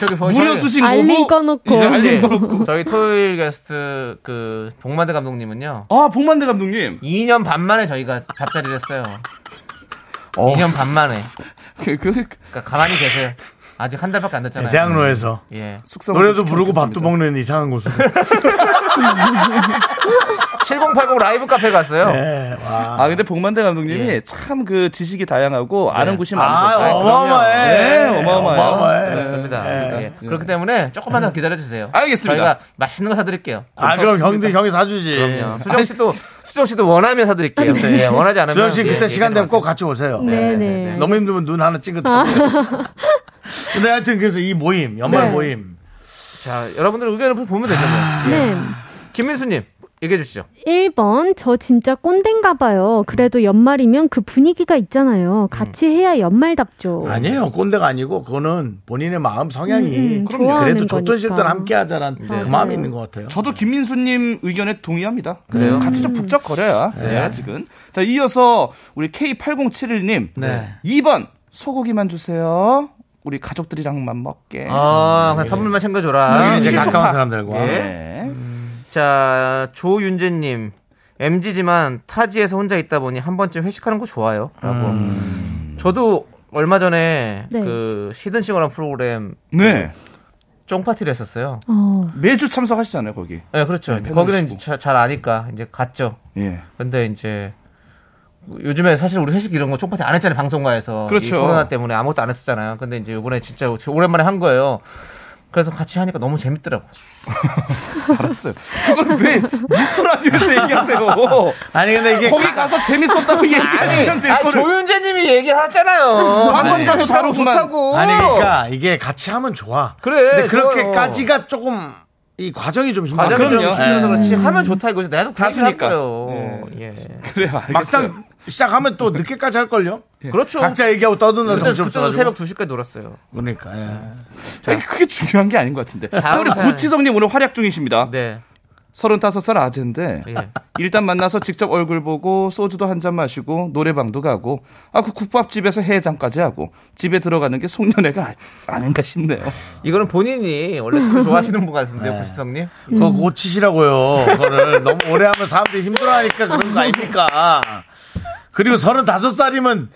B: 저기 거기
D: 무료
B: 저기-
D: 수신 거부.
B: 지조
I: 네,
B: 씨,
D: 알림 꺼놓고.
B: 예. 저희 토요일 게스트 그 복만대 감독님은요.
D: 아 복만대 감독님.
B: 2년 반 만에 저희가 밥자리를 했어요.
D: 어.
B: 2년 반 만에.
D: 그, 그,
B: 그러니까 가만히 계세요. 아직 한 달밖에 안 됐잖아요.
A: 네, 대학로에서.
B: 예.
A: 노래도 부르고 밥도 먹는 이상한 곳으로.
B: 7080 라이브 카페 갔어요.
A: 네.
B: 예.
D: 아 근데 복만대 감독님이
K: 예.
D: 참 그 지식이 다양하고
K: 네.
D: 아는 곳이
B: 아,
D: 많으셨어요.
B: 어마어마해.
D: 네, 어마어마해요.
B: 어마어마해. 그렇습니다. 예. 그렇기 때문에 조금만 더 기다려주세요.
D: 알겠습니다.
B: 저희가 맛있는 거 사드릴게요.
A: 아, 그럼 형도 형이 사주지.
D: 네.
B: 그럼요. 수정 씨도 수정 씨도 원하면 사드릴게요. 예, 원하지 않으면
A: 수정 씨
B: 예,
A: 그때
B: 예,
A: 시간 되면 꼭 같이 오세요. 예.
I: 네, 아. 네.
A: 너무 힘들면 눈 하나 찡긋하고. 근데 하여튼 그래서 이 모임, 연말
B: 네.
A: 모임.
B: 자, 여러분들 의견을 보면 되죠. 뭐. 예.
I: 네.
B: 김민수님 얘기해 주시죠.
I: 1번, 저 진짜 꼰대인가 봐요. 그래도 연말이면 그 분위기가
B: 음.
I: 있잖아요. 같이 해야 연말답죠.
A: 아니에요. 꼰대가 아니고 그거는 본인의 마음 성향이
I: 음, 음, 그럼요.
A: 그래도
I: 좋아하는
A: 좋든 싫든
I: 거니까.
A: 함께 하자란 그 마음이 있는 것 같아요.
D: 저도 김민수님 의견에 동의합니다.
B: 음.
A: 그래요?
D: 같이
I: 음.
D: 좀 북적거려야
A: 네.
D: 네. 아직은. 자 이어서 우리 K8071님
A: 네.
D: 2번 소고기만 주세요. 우리 가족들이랑만 먹게.
B: 아, 그냥 선물만 챙겨줘라.
D: 음, 이제 예. 실속파. 가까운
A: 사람들과.
B: 예. 자, 조윤재님. MG지만 타지에서 혼자 있다 보니 한 번쯤 회식하는 거 좋아요. 라고.
D: 음.
B: 저도 얼마 전에
D: 네.
B: 그 히든싱어라는 프로그램
D: 네.
B: 쫑파티를 했었어요.
D: 매주 참석하시잖아요 거기.
B: 네, 그렇죠.
D: 네,
B: 거기는
D: 패널이시고.
B: 이제 자- 잘 아니까 이제 갔죠.
D: 예.
B: 근데 이제 요즘에 사실 우리 회식 이런 거 총파티 안 했잖아요 방송가에서
D: 그렇죠.
B: 이 코로나 때문에 아무것도 안 했었잖아요. 근데 이제 이번에 진짜 오랜만에 한 거예요. 그래서 같이 하니까 너무 재밌더라고요.
D: 알았어요. 그걸 왜 미스터 라디오에서 얘기하세요?
A: 아니 근데 이게
D: 거기 가서 재밌었다고 얘기하시면 될 거를.
B: 아, 조윤재님이 얘기를
A: 네.
B: 하잖아요.
D: 방송사에서
B: 아니,
D: 바로 그만-
B: 좋다고.
A: 아니 그러니까 이게 같이 하면 좋아.
B: 그래,
A: 근데
B: 좋아요.
A: 그렇게까지가 조금 이 과정이 좀 예. 힘들어.
B: 과정이 좀 힘들어서 아,
A: 네.
B: 그렇지. 예. 하면 좋다 이거지. 나도 그랬을
A: 가수니까. 네.
B: 거예요. 예.
D: 그래요.
A: 막상 시작하면 또 늦게까지 할 걸요.
B: 그렇죠.
A: 각자 얘기하고 떠드는
B: 그때,
A: 정신
B: 그때도
A: 없어.
B: 새벽 2시까지 놀았어요.
A: 그러니까. 예.
D: 아니, 그게 중요한 게 아닌 것 같은데. 자,
B: 다음
D: 우리
B: 사연.
D: 고치성님 오늘 활약 중이십니다.
B: 네.
D: 35살 아재인데
B: 예.
D: 일단 만나서 직접 얼굴 보고 소주도 한 잔 마시고 노래방도 가고 아 그 국밥집에서 해장까지 하고 집에 들어가는 게 송년회가 아- 아닌가 싶네요.
B: 이거는 본인이 원래 술 좋아하시는 분 같은데요,
A: 네.
B: 구시성님?
A: 그거 고치시라고요. 그거를 너무 오래 하면 사람들이 힘들어하니까 그런 거 아닙니까? 그리고 35살이면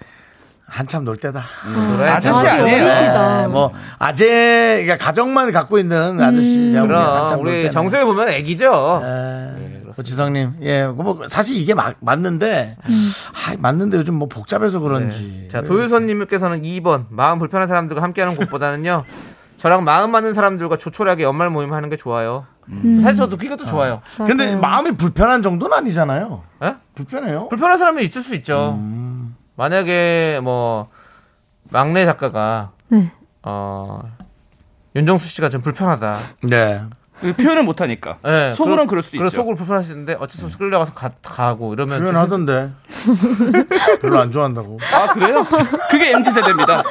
A: 한참 놀 때다.
B: 놀아야죠.
A: 아저씨
B: 아,
A: 아니에요.
B: 어리시다.
A: 네, 뭐 아재 그러니까 가정만 갖고 있는
B: 음.
A: 아저씨죠.
B: 그럼 우리 예, 정수에 보면 애기죠.
A: 네. 지성님, 예, 뭐 사실 이게 막- 맞는데,
B: 음.
A: 아, 맞는데 요즘 뭐 복잡해서 그런지.
B: 네. 자, 도유선님께서는 2번 마음 불편한 사람들과 함께하는 것보다는요. 저랑 마음 맞는 사람들과 조촐하게 연말 모임 하는 게 좋아요.
A: 음.
B: 사실 저도 그것도 좋아요.
A: 근데 마음이 불편한 정도는 아니잖아요.
B: 예?
A: 불편해요?
B: 불편한 사람은 있을 수 있죠. 음. 만약에 뭐 막내 작가가
I: 네.
B: 어 윤정수 씨가 좀 불편하다.
A: 네.
D: 그 표현을 못 하니까
B: 예,
D: 속으론
B: 그러-
D: 그럴 수도
B: 그래,
D: 있죠.
B: 속으로 불편하시는데 어쩔 수 없이 끌려가서 가, 가고 이러면 좀
A: 표현하던데. 별로 안 좋아한다고.
D: 아 그래요? 그게 mz 세대입니다.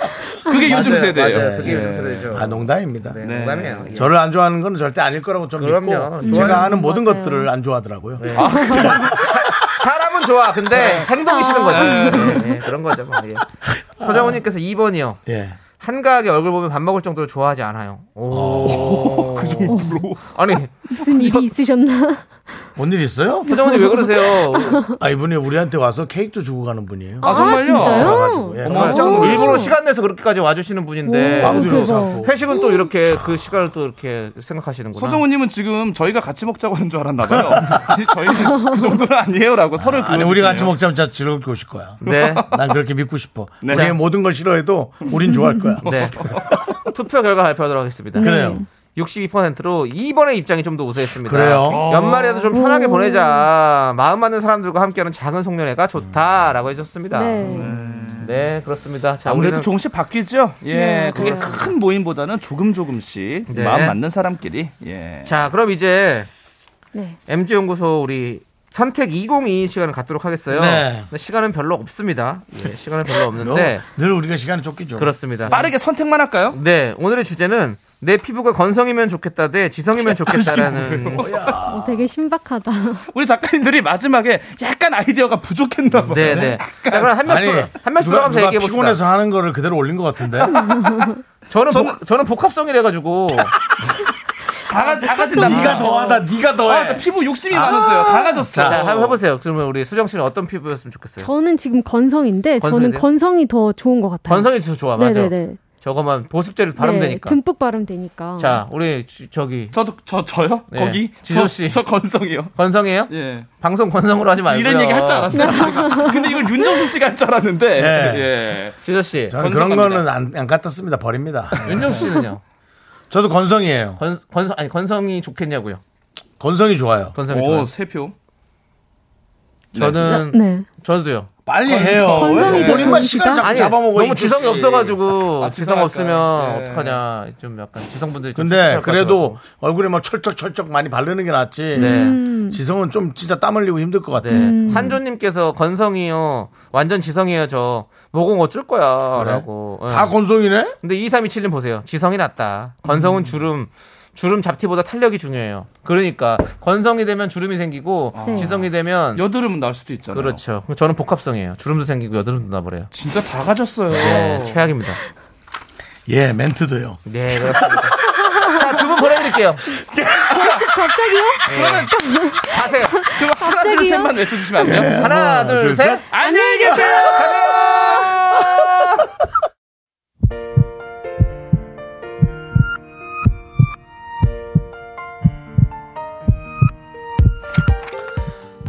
D: 그게 요즘
B: 맞아요,
D: 세대예요.
B: 네. 맞아요. 그게 요즘
D: 예.
B: 세대죠.
A: 아, 농담입니다.
B: 네, 농담이에요. 예.
A: 저를 안 좋아하는 건 절대 아닐 거라고 좀
B: 그럼요.
A: 믿고
B: 좋아하는
A: 제가 하는
B: 건 뭐, 네.
A: 모든
B: 맞아요.
A: 것들을 안 좋아하더라고요.
B: 아, 그래요? 사람은 좋아. 근데 행동이 싫은 거죠. 예, 예, 그런 거죠. 뭐, 예. 서정훈님께서 2번이요.
A: 예.
B: 한가하게 얼굴 보면 밥 먹을 정도로 좋아하지 않아요. 오. 그 정도로? 아니,
I: 무슨 일이 있으셨나?
A: 뭔일 있어요?
B: 서정훈님 왜 그러세요?
A: 아, 이분이 우리한테 와서 케이크도 주고 가는 분이에요.
I: 아, 정말요? 진짜요?
A: 와가지고, 예.
B: 어머,
A: 깜짝 놀랐어요.
B: 일부러 시간 내서 그렇게까지 와주시는 분인데
A: 오, 빵도 대박. 사고.
B: 회식은 또 이렇게 그 시간을 또 이렇게 생각하시는구나.
D: 서정우님은 지금 저희가 같이 먹자고 하는 줄 알았나 봐요. 저희는 그 정도는 아니에요라고 서를
A: 아니, 우리 같이 먹자면 진짜 즐겁게 오실 거야.
B: 네.
A: 난 그렇게 믿고 싶어.
D: 네.
A: 우리의 모든 걸 싫어해도 우린 좋아할 거야.
B: 네. 투표 결과 발표하도록 하겠습니다.
A: 그래요.
B: 62%로 2번의 입장이 좀 더 우세했습니다.
A: 그래요?
B: 연말에도 좀 편하게 보내자. 마음 맞는 사람들과 함께하는 작은 송년회가 좋다라고 해줬습니다. 아, 네. 네, 그렇습니다. 자,
D: 아무래도
B: 우리는-
D: 조금씩 바뀌죠. 예,
B: 네,
D: 그게
B: 그렇습니다.
D: 큰 모임보다는 조금 조금씩
B: 네.
D: 마음 맞는 사람끼리. 예.
B: 자, 그럼 이제
I: 네.
B: MG 연구소 우리 선택 2022 시간을 갖도록 하겠어요.
A: 네.
B: 근데 시간은 별로 없습니다. 예, 시간은 별로 없는데
A: 어? 늘 우리가 시간이 쫓기죠.
B: 네. 그렇습니다.
D: 선택만 할까요?
B: 네, 오늘의 주제는 내 피부가 건성이면 좋겠다 대 지성이면 좋겠다라는
I: 어, 되게 신박하다.
D: 우리 작가님들이 마지막에 약간 아이디어가 부족했나 봐요.
B: 네, 네. 자, 그럼 한 명씩
A: 아니,
B: 돌아- 한 명씩
A: 누가-
B: 돌아가면서
A: 누가
B: 얘기해 봅시다. 아,
A: 피곤해서 하는 거를 그대로 올린 것 같은데.
B: 저는 복, 저는 복합성이라 가지고
D: 다, 다 가진다.
A: 네가 더하다. 네가 더해.
D: 아, 저 피부 욕심이 많았어요.
B: 아.
D: 다 가졌어.
B: 자, 한번 해보세요. 그러면 우리 수정 씨는 어떤 피부였으면 좋겠어요?
I: 저는 지금 건성인데 저는
B: 건성이세요?
I: 건성이 더 좋은 것 같아요.
B: 건성이 더 좋아, 맞아.
I: 네네네.
B: 저거만 보습제를 바르면
I: 네,
B: 되니까.
I: 듬뿍 바르면 되니까.
B: 자, 우리 지- 저기
D: 저도 저 저요? 거기?
B: 지조 네.
D: 저-
B: 씨.
D: 저 건성이요.
B: 건성이에요?
D: 예.
B: 방송 건성으로 하지 말고요.
D: 이런 얘기 할 줄 알았어요. 제가. 근데 이걸 윤정수 씨가 할 줄 알았는데.
B: 네.
A: 예.
D: 예.
B: 지조 씨.
A: 저는 그런 거는 안, 안 갖다 씁니다. 버립니다.
B: 윤정 씨는요?
A: 저도 건성이에요.
B: 건, 건성 아니 건성이 좋겠냐고요.
A: 건성이 좋아요.
B: 건성이
D: 오,
K: 네.
B: 좋아요.
D: 세 표.
B: 저는
I: 네.
B: 저도요.
A: 빨리 해요.
I: 건성이
A: 왜 본인만
I: 좋습니다.
A: 시간 자꾸
B: 아니
A: 잡아먹어.
B: 너무
A: 이쪽
B: 지성이
A: 씨.
B: 없어가지고
D: 아,
B: 지성
D: 지성할까요?
B: 없으면
D: 예.
B: 어떡하냐 좀 약간 지성분들이 좀
A: 근데
B: 섭섭할 것
A: 그래도
B: 같아가지고.
A: 얼굴에 막 철쩍철쩍 많이 바르는 게 낫지.
B: 네.
I: 음.
A: 지성은 좀 진짜 땀 흘리고 힘들 것 같아.
B: 네. 한조님께서 건성이요 완전 지성이에요 저 모공 어쩔
A: 그래?
B: 거야라고 예.
A: 다 건성이네?
B: 근데 2327님 보세요. 지성이 낫다.
A: 음.
B: 건성은 주름. 주름 잡티보다 탄력이 중요해요. 그러니까 건성이 되면 주름이 생기고
A: 아.
I: 네.
B: 지성이 되면
D: 여드름은 날 수도 있잖아요.
B: 그렇죠. 저는 복합성이에요. 주름도 생기고 여드름도 나버려요.
D: 진짜 다 가졌어요.
B: 네, 최악입니다.
A: 예, 멘트도요.
B: 네, 그렇습니다. 자, 두 분 보내드릴게요. 예.
I: 갑자기요?
B: 가세요.
D: 그럼 하나 둘
I: 갑자기요?
D: 셋만 외쳐주시면 안 돼요?
B: 예, 하나, 둘,
A: 둘,
B: 셋.
A: 셋.
D: 안녕히 계세요.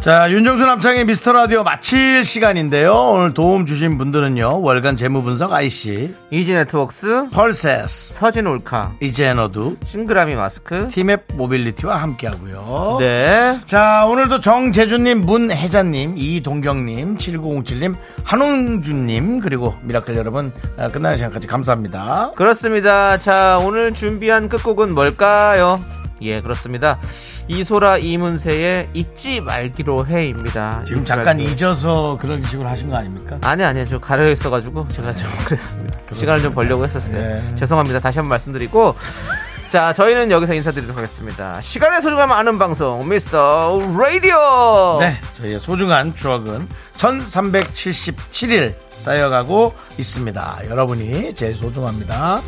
A: 자, 윤정수 남창의 미스터 라디오 마칠 시간인데요. 오늘 도움 주신 분들은요. 월간 재무분석 IC,
B: 이지 네트웍스,
A: 펄세스,
B: 서진 올카,
A: 이젠어두,
B: 싱그라미 마스크.
A: 팀앱 모빌리티와 함께 하고요.
B: 네.
A: 자, 오늘도 정재준님, 문혜자님, 이동경님, 7907님, 한홍준님, 그리고 미라클 여러분, 아, 끝나는 시간까지 감사합니다.
B: 그렇습니다. 자, 오늘 준비한 끝곡은 뭘까요? 예, 그렇습니다. 이소라 이문세의 잊지 말기로 해입니다.
A: 지금
B: 잊지
A: 잠깐
B: 말기로 해.
A: 잊어서 그런 식으로 하신 거 아닙니까?
B: 아니 아니요 저 가려 있어가지고 제가 좀 그랬습니다 네. 시간을 좀 벌려고 했었어요
A: 예.
B: 죄송합니다 다시 한번 말씀드리고 자 저희는 여기서 인사드리도록 하겠습니다 시간의 소중함 아는 방송 미스터 라디오
A: 네, 저희의 소중한 추억은 1377일 쌓여가고 있습니다. 여러분이 제일 소중합니다.